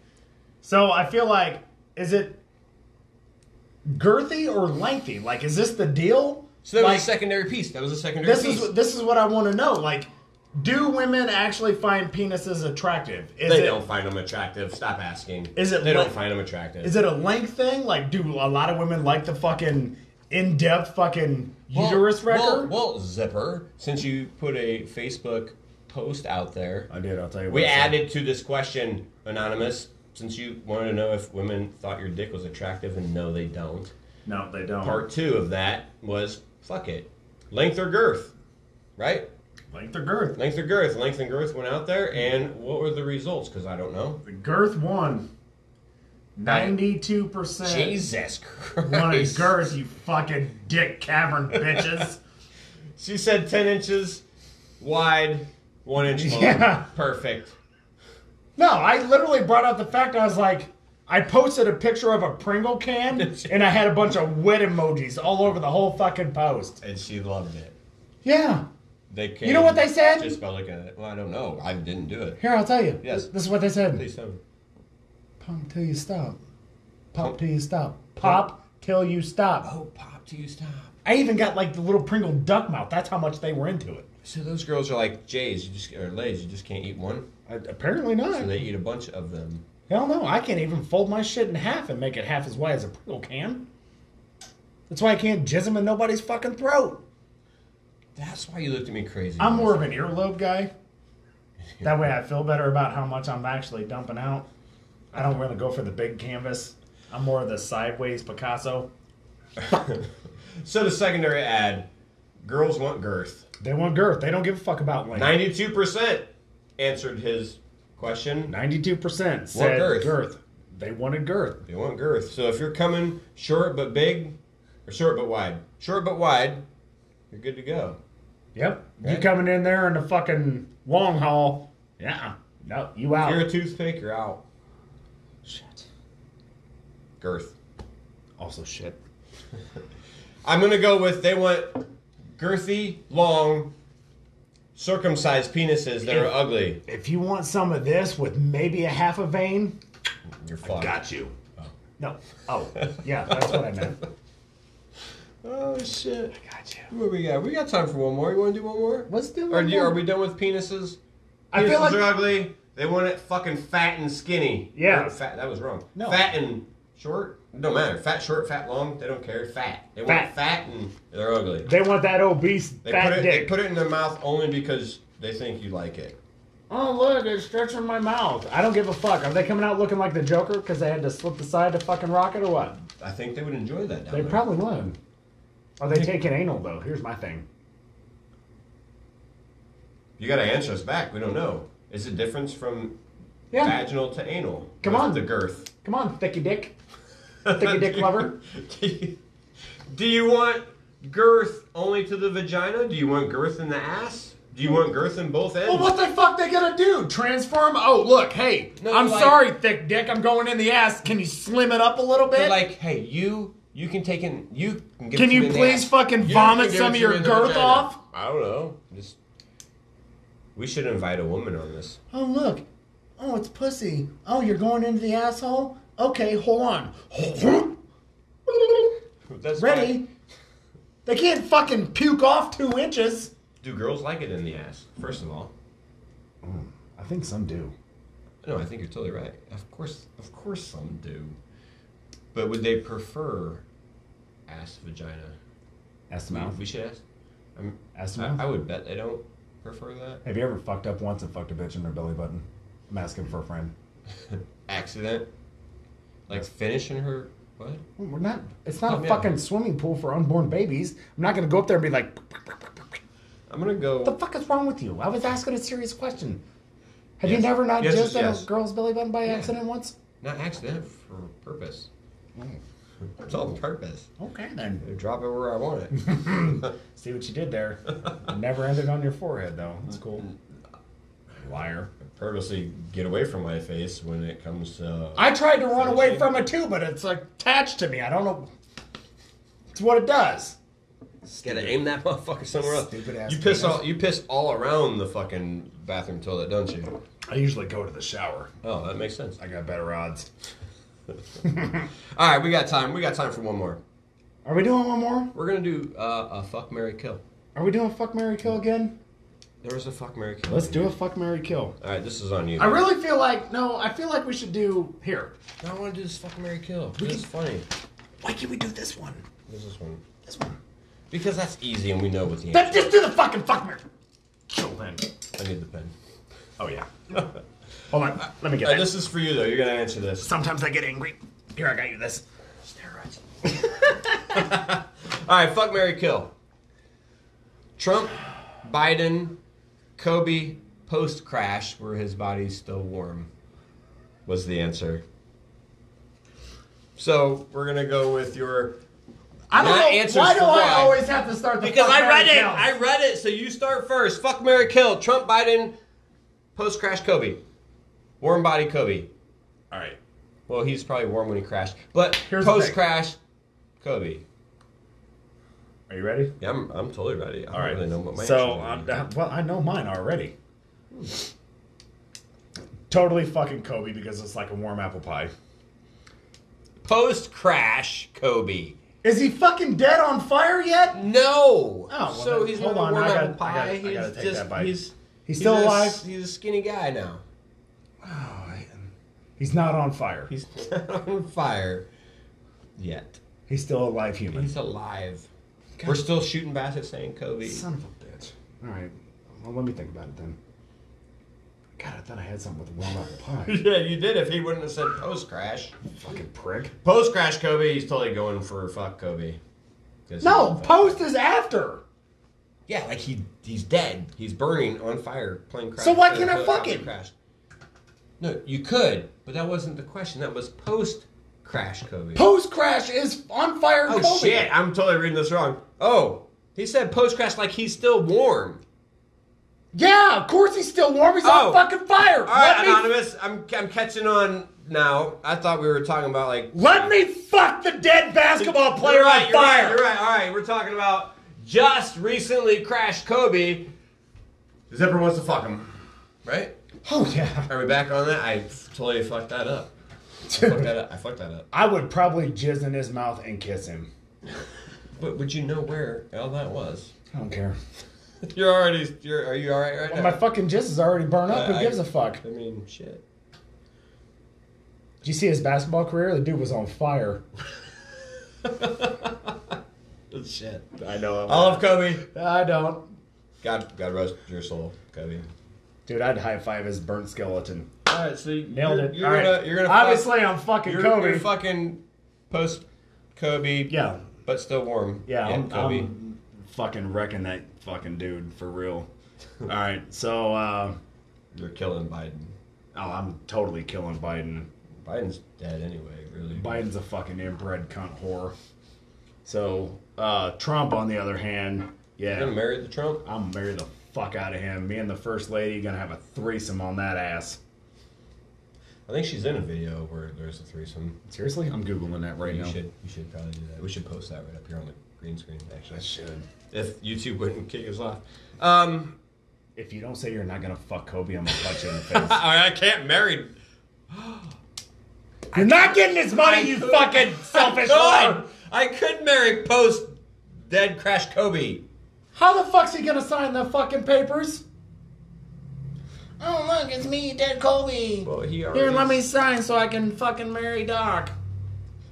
Speaker 3: So I feel like is it girthy or lengthy? Like is this the deal?
Speaker 1: So that
Speaker 3: like
Speaker 1: was a secondary piece. That was a secondary
Speaker 3: this
Speaker 1: piece.
Speaker 3: is this is what I want to know. Like do women actually find penises attractive? Is
Speaker 1: they
Speaker 3: it
Speaker 1: don't find them attractive. Stop asking.
Speaker 3: Is it
Speaker 1: They
Speaker 3: like-
Speaker 1: don't find them attractive.
Speaker 3: is it a length thing? Like do a lot of women like the fucking in-depth fucking uterus
Speaker 1: well,
Speaker 3: wrecker?
Speaker 1: Well, well, zipper. Since you put a Facebook post out there,
Speaker 3: I did, I'll tell you
Speaker 1: we
Speaker 3: what I said.
Speaker 1: added to this question, anonymous. Since you wanted to know if women thought your dick was attractive, and no, they don't.
Speaker 3: No, they don't.
Speaker 1: Part two of that was fuck it, length or girth, right?
Speaker 3: Length or girth?
Speaker 1: Length or girth. Length and girth went out there, and what were the results? Because I don't know.
Speaker 3: The girth one. 92%.
Speaker 1: Jesus
Speaker 3: Want a
Speaker 1: Christ!
Speaker 3: Uh, girth, you fucking dick cavern bitches.
Speaker 1: She said ten inches wide, one inch long.
Speaker 3: Yeah.
Speaker 1: Perfect.
Speaker 3: no, I literally brought out the fact I was like, I posted a picture of a Pringle can and I had a bunch of wet emojis all over the whole fucking post.
Speaker 1: And she loved it.
Speaker 3: Yeah.
Speaker 1: They came
Speaker 3: You know what they said?
Speaker 1: Just by looking at it. Well, I don't know. I didn't do it.
Speaker 3: Here, I'll tell you.
Speaker 1: Yes.
Speaker 3: This is what they said.
Speaker 1: Please don't.
Speaker 3: Pump till you stop. Pop till you stop. Pop till you stop.
Speaker 1: Oh, pop! Do you stop?
Speaker 3: I even got like the little Pringle duck mouth. That's how much they were into it.
Speaker 1: So those girls are like Jays. You just or Lays. You just can't eat one.
Speaker 3: apparently not.
Speaker 1: So they eat a bunch of them.
Speaker 3: Hell no, I can't even fold my shit in half and make it half as wide as a Pringle can. That's why I can't jizz him in nobody's fucking throat.
Speaker 1: That's why you looked at me crazy.
Speaker 3: I'm more of an earlobe guy. That way I feel better about how much I'm actually dumping out. I don't really go for the big canvas. I'm more of the sideways Picasso.
Speaker 1: so the secondary ad, girls want girth.
Speaker 3: They want girth. They don't give a fuck about length.
Speaker 1: Ninety-two percent answered his question.
Speaker 3: 92% said
Speaker 1: Want girth.
Speaker 3: girth. They wanted girth.
Speaker 1: They want girth. So if you're coming short but big, or short but wide, short but wide, you're good to go.
Speaker 3: Yep. You
Speaker 1: Right.
Speaker 3: coming in there in the fucking long haul. Yeah. No, you
Speaker 1: If
Speaker 3: out.
Speaker 1: you're a toothpick, you're out.
Speaker 3: Shit.
Speaker 1: Girth.
Speaker 3: Also shit.
Speaker 1: I'm gonna go with they want girthy, long, circumcised penises that are
Speaker 3: If-
Speaker 1: ugly.
Speaker 3: If you want some of this with maybe a half a vein,
Speaker 1: You're fucked.
Speaker 3: got you. No. Oh, yeah, that's what I meant.
Speaker 1: Oh shit.
Speaker 3: Got you.
Speaker 1: What we got? We got time for one more. You want to do one more?
Speaker 3: Let's do
Speaker 1: Are,
Speaker 3: one
Speaker 1: you,
Speaker 3: more.
Speaker 1: are we done with penises?
Speaker 3: I
Speaker 1: penises
Speaker 3: feel like
Speaker 1: are ugly. They want it fucking fat and skinny.
Speaker 3: Yeah.
Speaker 1: Or Fat. That was wrong.
Speaker 3: No.
Speaker 1: Fat and short. Don't matter. Fat, short, fat, long. They don't care. Fat. They want
Speaker 3: Fat.
Speaker 1: fat and they're ugly.
Speaker 3: They want that obese
Speaker 1: They
Speaker 3: fat
Speaker 1: put it.
Speaker 3: dick.
Speaker 1: They put it in their mouth only because they think you like it.
Speaker 3: oh look, it's stretching my mouth. I don't give a fuck. Are they coming out looking like the Joker because they had to slip aside to fucking rocket or what?
Speaker 1: I think they would enjoy that. Down
Speaker 3: They
Speaker 1: there.
Speaker 3: probably would. Are they taking anal though? Here's my thing.
Speaker 1: You got to answer us back. We don't know. Is it difference from
Speaker 3: Yeah.
Speaker 1: vaginal to anal?
Speaker 3: Come
Speaker 1: What's
Speaker 3: on.
Speaker 1: The girth.
Speaker 3: Come on, thicky dick. Thicky dick lover.
Speaker 1: Do you, do you want girth only to the vagina? Do you want girth in the ass? Do you want girth in both ends?
Speaker 3: Well, what the fuck they gonna do? Transform? Oh, look, hey,
Speaker 1: No,
Speaker 3: I'm
Speaker 1: like-
Speaker 3: sorry, thick dick. I'm going in the ass. Can you slim it up a little
Speaker 1: They're
Speaker 3: bit?
Speaker 1: like, hey, you you can take in you can. Give it
Speaker 3: Can
Speaker 1: to
Speaker 3: you
Speaker 1: me in the
Speaker 3: please
Speaker 1: ass.
Speaker 3: fucking
Speaker 1: You can
Speaker 3: vomit
Speaker 1: give it
Speaker 3: some
Speaker 1: to
Speaker 3: of
Speaker 1: me
Speaker 3: your
Speaker 1: in the
Speaker 3: girth
Speaker 1: vagina."
Speaker 3: off?
Speaker 1: I don't know. Just we should invite a woman on this.
Speaker 3: oh look, oh it's pussy. Oh, you're going into the asshole. Okay, hold on.
Speaker 1: That's why-
Speaker 3: Ready? They can't fucking puke off two inches.
Speaker 1: Do girls like it in the ass? First of all.
Speaker 3: I think some do.
Speaker 1: No, I think you're totally right. Of course, of course, some do. But would they prefer ass vagina?
Speaker 3: Ask
Speaker 1: We- We should ask. I'm,
Speaker 3: Ask
Speaker 1: Mm-hmm. I, I would bet they don't prefer that.
Speaker 3: Have you ever fucked up once and fucked a bitch in her belly button? I'm asking for a friend.
Speaker 1: Accident, like finishing her. What?
Speaker 3: We're not. It's not
Speaker 1: Oh,
Speaker 3: a
Speaker 1: yeah.
Speaker 3: fucking swimming pool for unborn babies. I'm not gonna go up there and be like,
Speaker 1: I'm gonna go.
Speaker 3: "What the fuck is wrong with you?" I was asking a serious question. Have
Speaker 1: Yes.
Speaker 3: you never not
Speaker 1: Yes,
Speaker 3: just
Speaker 1: yes,
Speaker 3: in
Speaker 1: yes.
Speaker 3: a girl's belly button by
Speaker 1: Yeah.
Speaker 3: accident once?
Speaker 1: Not accident for purpose. It's all purpose.
Speaker 3: Okay then.
Speaker 1: Drop it where I want it.
Speaker 3: See what you did there. never ended on your forehead though. That's cool. Liar.
Speaker 1: Purposely get away from my face when it comes to.
Speaker 3: I tried to run away from it too, but it's attached to me. I don't know. It's what it does.
Speaker 1: Gotta aim that motherfucker somewhere else.
Speaker 3: Stupid ass
Speaker 1: you piss
Speaker 3: penis.
Speaker 1: all you piss all around the fucking bathroom toilet, don't you?
Speaker 3: I usually go to the shower.
Speaker 1: Oh, that makes sense.
Speaker 3: I got better odds.
Speaker 1: All right, we got time. We got time for one more.
Speaker 3: Are we doing one more?
Speaker 1: We're gonna do uh, a fuck Mary kill.
Speaker 3: Are we doing fuck Mary Kill again?
Speaker 1: There was a fuck Mary kill.
Speaker 3: Let's do a fuck Mary Kill.
Speaker 1: All right, this is on you.
Speaker 3: I really feel like no. I feel like we should do here.
Speaker 1: I don't want to do this fuck Mary kill. This is funny.
Speaker 3: Why can't we do this one?
Speaker 1: This is one
Speaker 3: This one.
Speaker 1: because that's easy and we know what the
Speaker 3: Then
Speaker 1: answer.
Speaker 3: just do the fucking fuck Mary. Kill then.
Speaker 1: is. I need the pen.
Speaker 3: Oh yeah. Hold on. Let me
Speaker 1: All
Speaker 3: get
Speaker 1: right,
Speaker 3: this.
Speaker 1: Uh, this is for you though. You're gonna answer this.
Speaker 3: Sometimes I get angry. Here, I got you this. Steroids.
Speaker 1: All right, fuck Mary kill. Trump, Biden, Kobe post crash where his body's still warm was the answer. So we're gonna go with your
Speaker 3: I don't
Speaker 1: Not answers
Speaker 3: know. Why do
Speaker 1: for why.
Speaker 3: I always have to start the
Speaker 1: Because
Speaker 3: fuck
Speaker 1: I read
Speaker 3: Mary
Speaker 1: it.
Speaker 3: Kills?
Speaker 1: I read it. So you start first. Fuck Mary Kill. Trump Biden. Post crash Kobe. Warm body Kobe.
Speaker 3: All right.
Speaker 1: Well, he's probably warm when he crashed. But
Speaker 3: Here's the thing.
Speaker 1: post crash Kobe.
Speaker 3: Are you ready?
Speaker 1: Yeah, I'm, I'm totally ready. I
Speaker 3: All right.
Speaker 1: don't really know what my
Speaker 3: so,
Speaker 1: answer is.
Speaker 3: um, uh, well, I know mine already. Totally fucking Kobe because it's like a warm apple pie.
Speaker 1: post crash Kobe.
Speaker 3: Is he fucking dead on fire yet?
Speaker 1: No.
Speaker 3: Oh, well,
Speaker 1: so
Speaker 3: then,
Speaker 1: he's
Speaker 3: hold
Speaker 1: not
Speaker 3: on,
Speaker 1: a warm
Speaker 3: I gotta-
Speaker 1: apple
Speaker 3: I gotta-
Speaker 1: pie.
Speaker 3: I gotta
Speaker 1: he's
Speaker 3: take
Speaker 1: just
Speaker 3: that bite.
Speaker 1: he's
Speaker 3: He's still
Speaker 1: a-
Speaker 3: alive?
Speaker 1: he's a skinny guy now.
Speaker 3: He's not on fire.
Speaker 1: He's not on fire yet.
Speaker 3: He's still a live human.
Speaker 1: He's alive. We're still shooting Bassett saying Kobe.
Speaker 3: Son of a bitch. All right. Well, let me think about it then. God, I thought I had something with warm apple pie.
Speaker 1: yeah, you did. If he wouldn't have said post crash,
Speaker 3: Fucking prick.
Speaker 1: post crash Kobe, he's totally going for fuck Kobe. 'Cause
Speaker 3: No,
Speaker 1: he-
Speaker 3: post is after.
Speaker 1: Yeah, like he he's dead. He's burning on fire. Plane crash.
Speaker 3: So why
Speaker 1: Uh,
Speaker 3: can't I
Speaker 1: helicopter
Speaker 3: fuck him?
Speaker 1: Crash. No, you could, but that wasn't the question. That was post crash Kobe.
Speaker 3: Post crash is on fire.
Speaker 1: oh
Speaker 3: Kobe.
Speaker 1: shit! I'm totally reading this wrong. Oh, he said post crash like he's still warm.
Speaker 3: Yeah, of course he's still warm. He's
Speaker 1: Oh.
Speaker 3: on fucking fire.
Speaker 1: All right,
Speaker 3: let me,
Speaker 1: anonymous. I'm I'm catching on now. I thought we were talking about like
Speaker 3: let me fuck the dead basketball player
Speaker 1: You're right,
Speaker 3: on
Speaker 1: you're right,
Speaker 3: fire.
Speaker 1: You're right. All right, we're talking about just recently crashed Kobe. Zipper wants to fuck him, right?
Speaker 3: Oh yeah.
Speaker 1: Are we back on that? I totally fucked that up. I fucked that up. I fucked that up.
Speaker 3: I would probably jizz in his mouth and kiss him.
Speaker 1: But would you know where all that was?
Speaker 3: I don't care.
Speaker 1: You're already. You're, are you all right right
Speaker 3: Well,
Speaker 1: now?
Speaker 3: my fucking jizz is already burned up.
Speaker 1: Uh,
Speaker 3: Who
Speaker 1: I-
Speaker 3: gives a fuck?
Speaker 1: I mean, shit.
Speaker 3: Did you see his basketball career? The dude was on fire.
Speaker 1: Shit. I know. I love Kobe.
Speaker 3: I don't.
Speaker 1: God, God rest your soul, Kobe.
Speaker 3: Dude, I'd high five his burnt skeleton.
Speaker 1: All right, so you-
Speaker 3: Nailed
Speaker 1: you're,
Speaker 3: it.
Speaker 1: You're
Speaker 3: All
Speaker 1: gonna.
Speaker 3: right.
Speaker 1: You're gonna. fuck-
Speaker 3: Obviously, I'm fucking
Speaker 1: you're,
Speaker 3: Kobe.
Speaker 1: You're fucking post Kobe.
Speaker 3: yeah,
Speaker 1: But still warm.
Speaker 3: yeah, I'm,
Speaker 1: Kobe.
Speaker 3: I'm fucking wrecking that fucking dude for real. All right, so uh,
Speaker 1: You're killing Biden.
Speaker 3: oh, I'm totally killing Biden.
Speaker 1: Biden's dead anyway, really.
Speaker 3: Biden's a fucking inbred cunt whore. So uh, Trump, on the other hand,
Speaker 1: You're gonna
Speaker 3: yeah,
Speaker 1: marry the Trump?
Speaker 3: I'm marry the fuck out of him. Me and the first lady gonna have a threesome on that ass.
Speaker 1: I think she's in a video where there's a threesome.
Speaker 3: Seriously, I'm googling that right
Speaker 1: You
Speaker 3: now.
Speaker 1: should you should probably do that. We should post that right up here on the green screen, actually.
Speaker 3: I should.
Speaker 1: If YouTube wouldn't kick us off. Um
Speaker 3: If you don't say you're not gonna fuck Kobe, I'm gonna punch you in the face.
Speaker 1: I I can't marry
Speaker 3: You're not getting his money, you fucking
Speaker 1: I
Speaker 3: selfish
Speaker 1: could,
Speaker 3: lord!
Speaker 1: I could marry post dead crash Kobe.
Speaker 3: How the fuck's he gonna sign the fucking papers?
Speaker 4: Oh, look, it's me, Dead Colby.
Speaker 1: Well he already
Speaker 4: Here, let me sign so I can fucking marry Doc.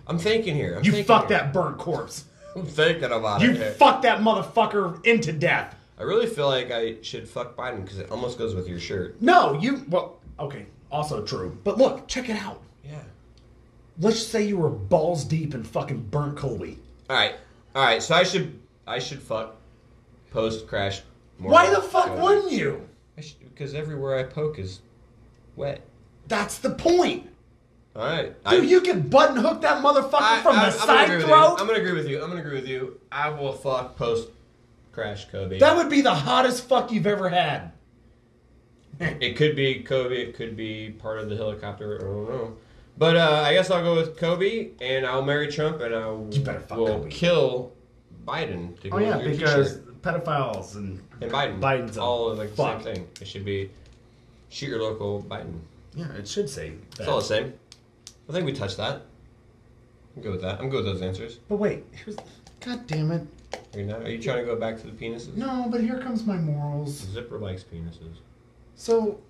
Speaker 1: I'm thinking here. I'm
Speaker 3: You
Speaker 1: thinking
Speaker 3: fuck
Speaker 1: here.
Speaker 3: that burnt corpse.
Speaker 1: I'm thinking about
Speaker 3: You
Speaker 1: it. here.
Speaker 3: fuck that motherfucker into death.
Speaker 1: I really feel like I should fuck Biden because it almost goes with your shirt.
Speaker 3: No, you. Well, okay, also true. But look, check it out.
Speaker 1: Yeah.
Speaker 3: Let's say you were balls deep in fucking burnt Colby.
Speaker 1: All right, all right. So I should I should fuck post crash.
Speaker 3: Why the fuck wouldn't you?
Speaker 1: Because everywhere I poke is wet.
Speaker 3: That's the point.
Speaker 1: All right,
Speaker 3: Dude, you can button hook that motherfucker from the
Speaker 1: gonna agree
Speaker 3: side
Speaker 1: with you. I'm
Speaker 3: throat.
Speaker 1: gonna agree with you. I'm gonna agree with you. I will fuck post crash Kobe.
Speaker 3: That would be the hottest fuck you've ever had.
Speaker 1: it could be Kobe. It could be part of the helicopter. I don't know. But uh, I guess I'll go with Kobe, and I'll marry Trump, and I will
Speaker 3: You better fuck Kobe.
Speaker 1: kill Biden. To go
Speaker 3: Oh yeah,
Speaker 1: with your
Speaker 3: because
Speaker 1: t-shirt.
Speaker 3: pedophiles and
Speaker 1: and Biden,
Speaker 3: Biden's a
Speaker 1: all like the same
Speaker 3: fuck.
Speaker 1: thing. It should be shoot your local Biden.
Speaker 3: yeah, it should say.
Speaker 1: It's all the same. I think we touched that. I'm good with that. I'm good with those answers.
Speaker 3: But wait, here's, god damn it.
Speaker 1: Are you, not, are you trying to go back to the penises?
Speaker 3: No, but here comes my morals.
Speaker 1: Zipper likes penises.
Speaker 3: So,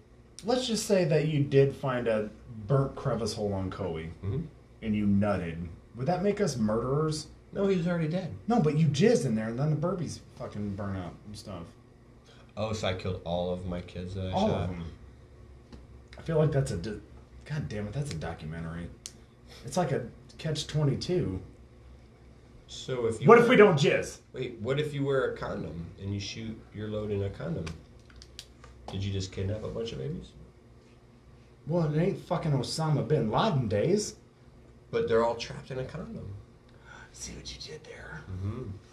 Speaker 3: let's just say that you did find a burnt crevice hole on Coey,
Speaker 1: Mhm.
Speaker 3: and you nutted. Would that make us murderers?
Speaker 1: No, he's already dead.
Speaker 3: No, but you jizzed in there, and then the burpees fucking burn up and stuff.
Speaker 1: Oh, so I killed all of my kids that I
Speaker 3: All
Speaker 1: shot.
Speaker 3: of them. I feel like that's a. Di- God damn it, that's a documentary. It's like a catch twenty two.
Speaker 1: So if you
Speaker 3: What
Speaker 1: wear,
Speaker 3: if we don't jizz?
Speaker 1: wait? What if you wear a condom and you shoot your load in a condom? Did you just kidnap a bunch of babies?
Speaker 3: Well, it ain't fucking Osama bin Laden days.
Speaker 1: But they're all trapped in a condom.
Speaker 3: See what you did there.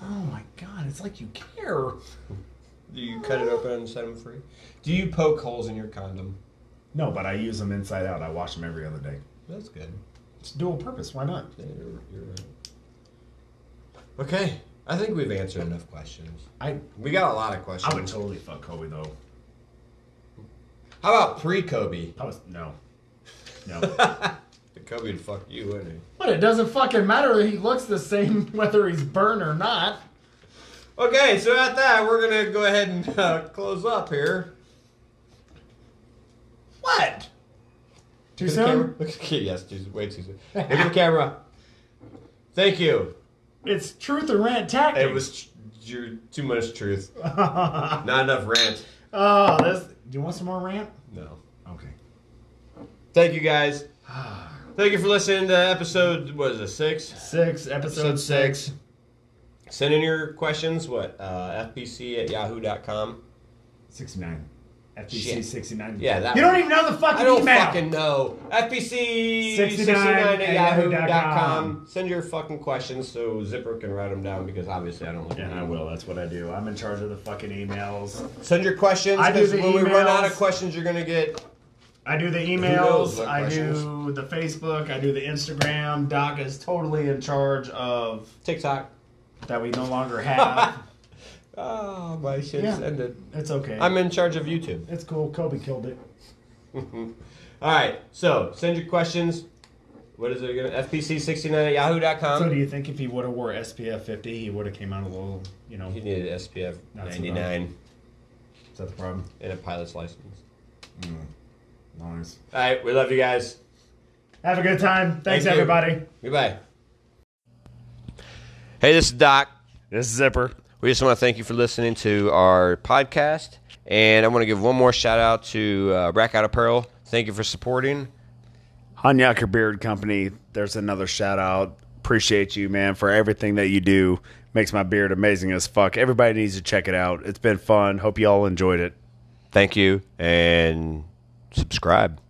Speaker 3: Oh my god, it's like you care.
Speaker 1: Do you cut it open and set them free? Do you poke holes in your condom?
Speaker 3: No, but I use them inside out. I wash them every other day.
Speaker 1: That's good.
Speaker 3: It's dual purpose. Why not?
Speaker 1: Yeah, you're, you're right. Okay, I think we've answered enough questions.
Speaker 3: I
Speaker 1: We got a lot of questions.
Speaker 3: I would totally fuck Kobe though.
Speaker 1: How about pre-Kobe?
Speaker 3: I was no, no.
Speaker 1: Kobe would fuck you, wouldn't he?
Speaker 3: but it doesn't fucking matter. that He looks the same whether he's burnt or not.
Speaker 1: Okay, so at that, we're gonna go ahead and uh, close up here.
Speaker 3: What? Too
Speaker 1: Look at the camera. Look at- yes, too, way too soon. Look at the camera. Thank you.
Speaker 3: It's truth or rant tactics.
Speaker 1: It was tr- too much truth. Not enough rant.
Speaker 3: oh, this. Do you want some more rant?
Speaker 1: No.
Speaker 3: Okay.
Speaker 1: Thank you guys. Thank you for listening to episode. What is it? Six.
Speaker 3: Six, episode,
Speaker 1: Episode
Speaker 3: six.
Speaker 1: six. Send in your questions. What? Uh, FPC at yahoo.com.
Speaker 3: 69. FTC
Speaker 1: Shit.
Speaker 3: 69.
Speaker 1: Yeah, that
Speaker 3: You
Speaker 1: one.
Speaker 3: don't even know the fucking
Speaker 1: I don't
Speaker 3: email.
Speaker 1: fucking know. FPC 69
Speaker 3: 69
Speaker 1: at
Speaker 3: at
Speaker 1: yahoo
Speaker 3: yahoo
Speaker 1: dot
Speaker 3: com.
Speaker 1: com. Send your fucking questions so Zipper can write them down because obviously I don't look at
Speaker 3: And I
Speaker 1: them.
Speaker 3: will. That's what I do. I'm in charge of the fucking emails.
Speaker 1: Send your questions
Speaker 3: I do
Speaker 1: because
Speaker 3: the
Speaker 1: when we run out
Speaker 3: emails.
Speaker 1: of questions, you're going to get.
Speaker 3: I do the
Speaker 1: knows
Speaker 3: emails.
Speaker 1: what
Speaker 3: I do
Speaker 1: questions?
Speaker 3: the Facebook. I do the Instagram. Doc is totally in charge of
Speaker 1: TikTok.
Speaker 3: that we no longer have.
Speaker 1: Oh, my shit's
Speaker 3: Yeah.
Speaker 1: ended.
Speaker 3: it's okay.
Speaker 1: I'm in charge of YouTube.
Speaker 3: it's cool. Kobe killed it.
Speaker 1: All right, so send your questions. What is it again? FPC69 at yahoo.com.
Speaker 3: So do you think if he would have wore SPF 50, he would have came out a little, you know,
Speaker 1: he needed SPF
Speaker 3: That's
Speaker 1: 99
Speaker 3: is that the problem?
Speaker 1: and a pilot's license.
Speaker 3: Nice.
Speaker 1: All right, we love you guys.
Speaker 3: Have a good time. Thanks,
Speaker 1: Thank you.
Speaker 3: everybody.
Speaker 1: Goodbye. Hey, this is Doc.
Speaker 3: This is Zipper.
Speaker 1: We just want to thank you for listening to our podcast. And I want to give one more shout out to uh, Rack Out Apparel. Thank you for supporting.
Speaker 3: Hanyaker Beard Company, there's another shout out. Appreciate you, man, for everything that you do. Makes my beard amazing as fuck. Everybody needs to check it out. It's been fun. Hope you all enjoyed it.
Speaker 1: Thank you and subscribe.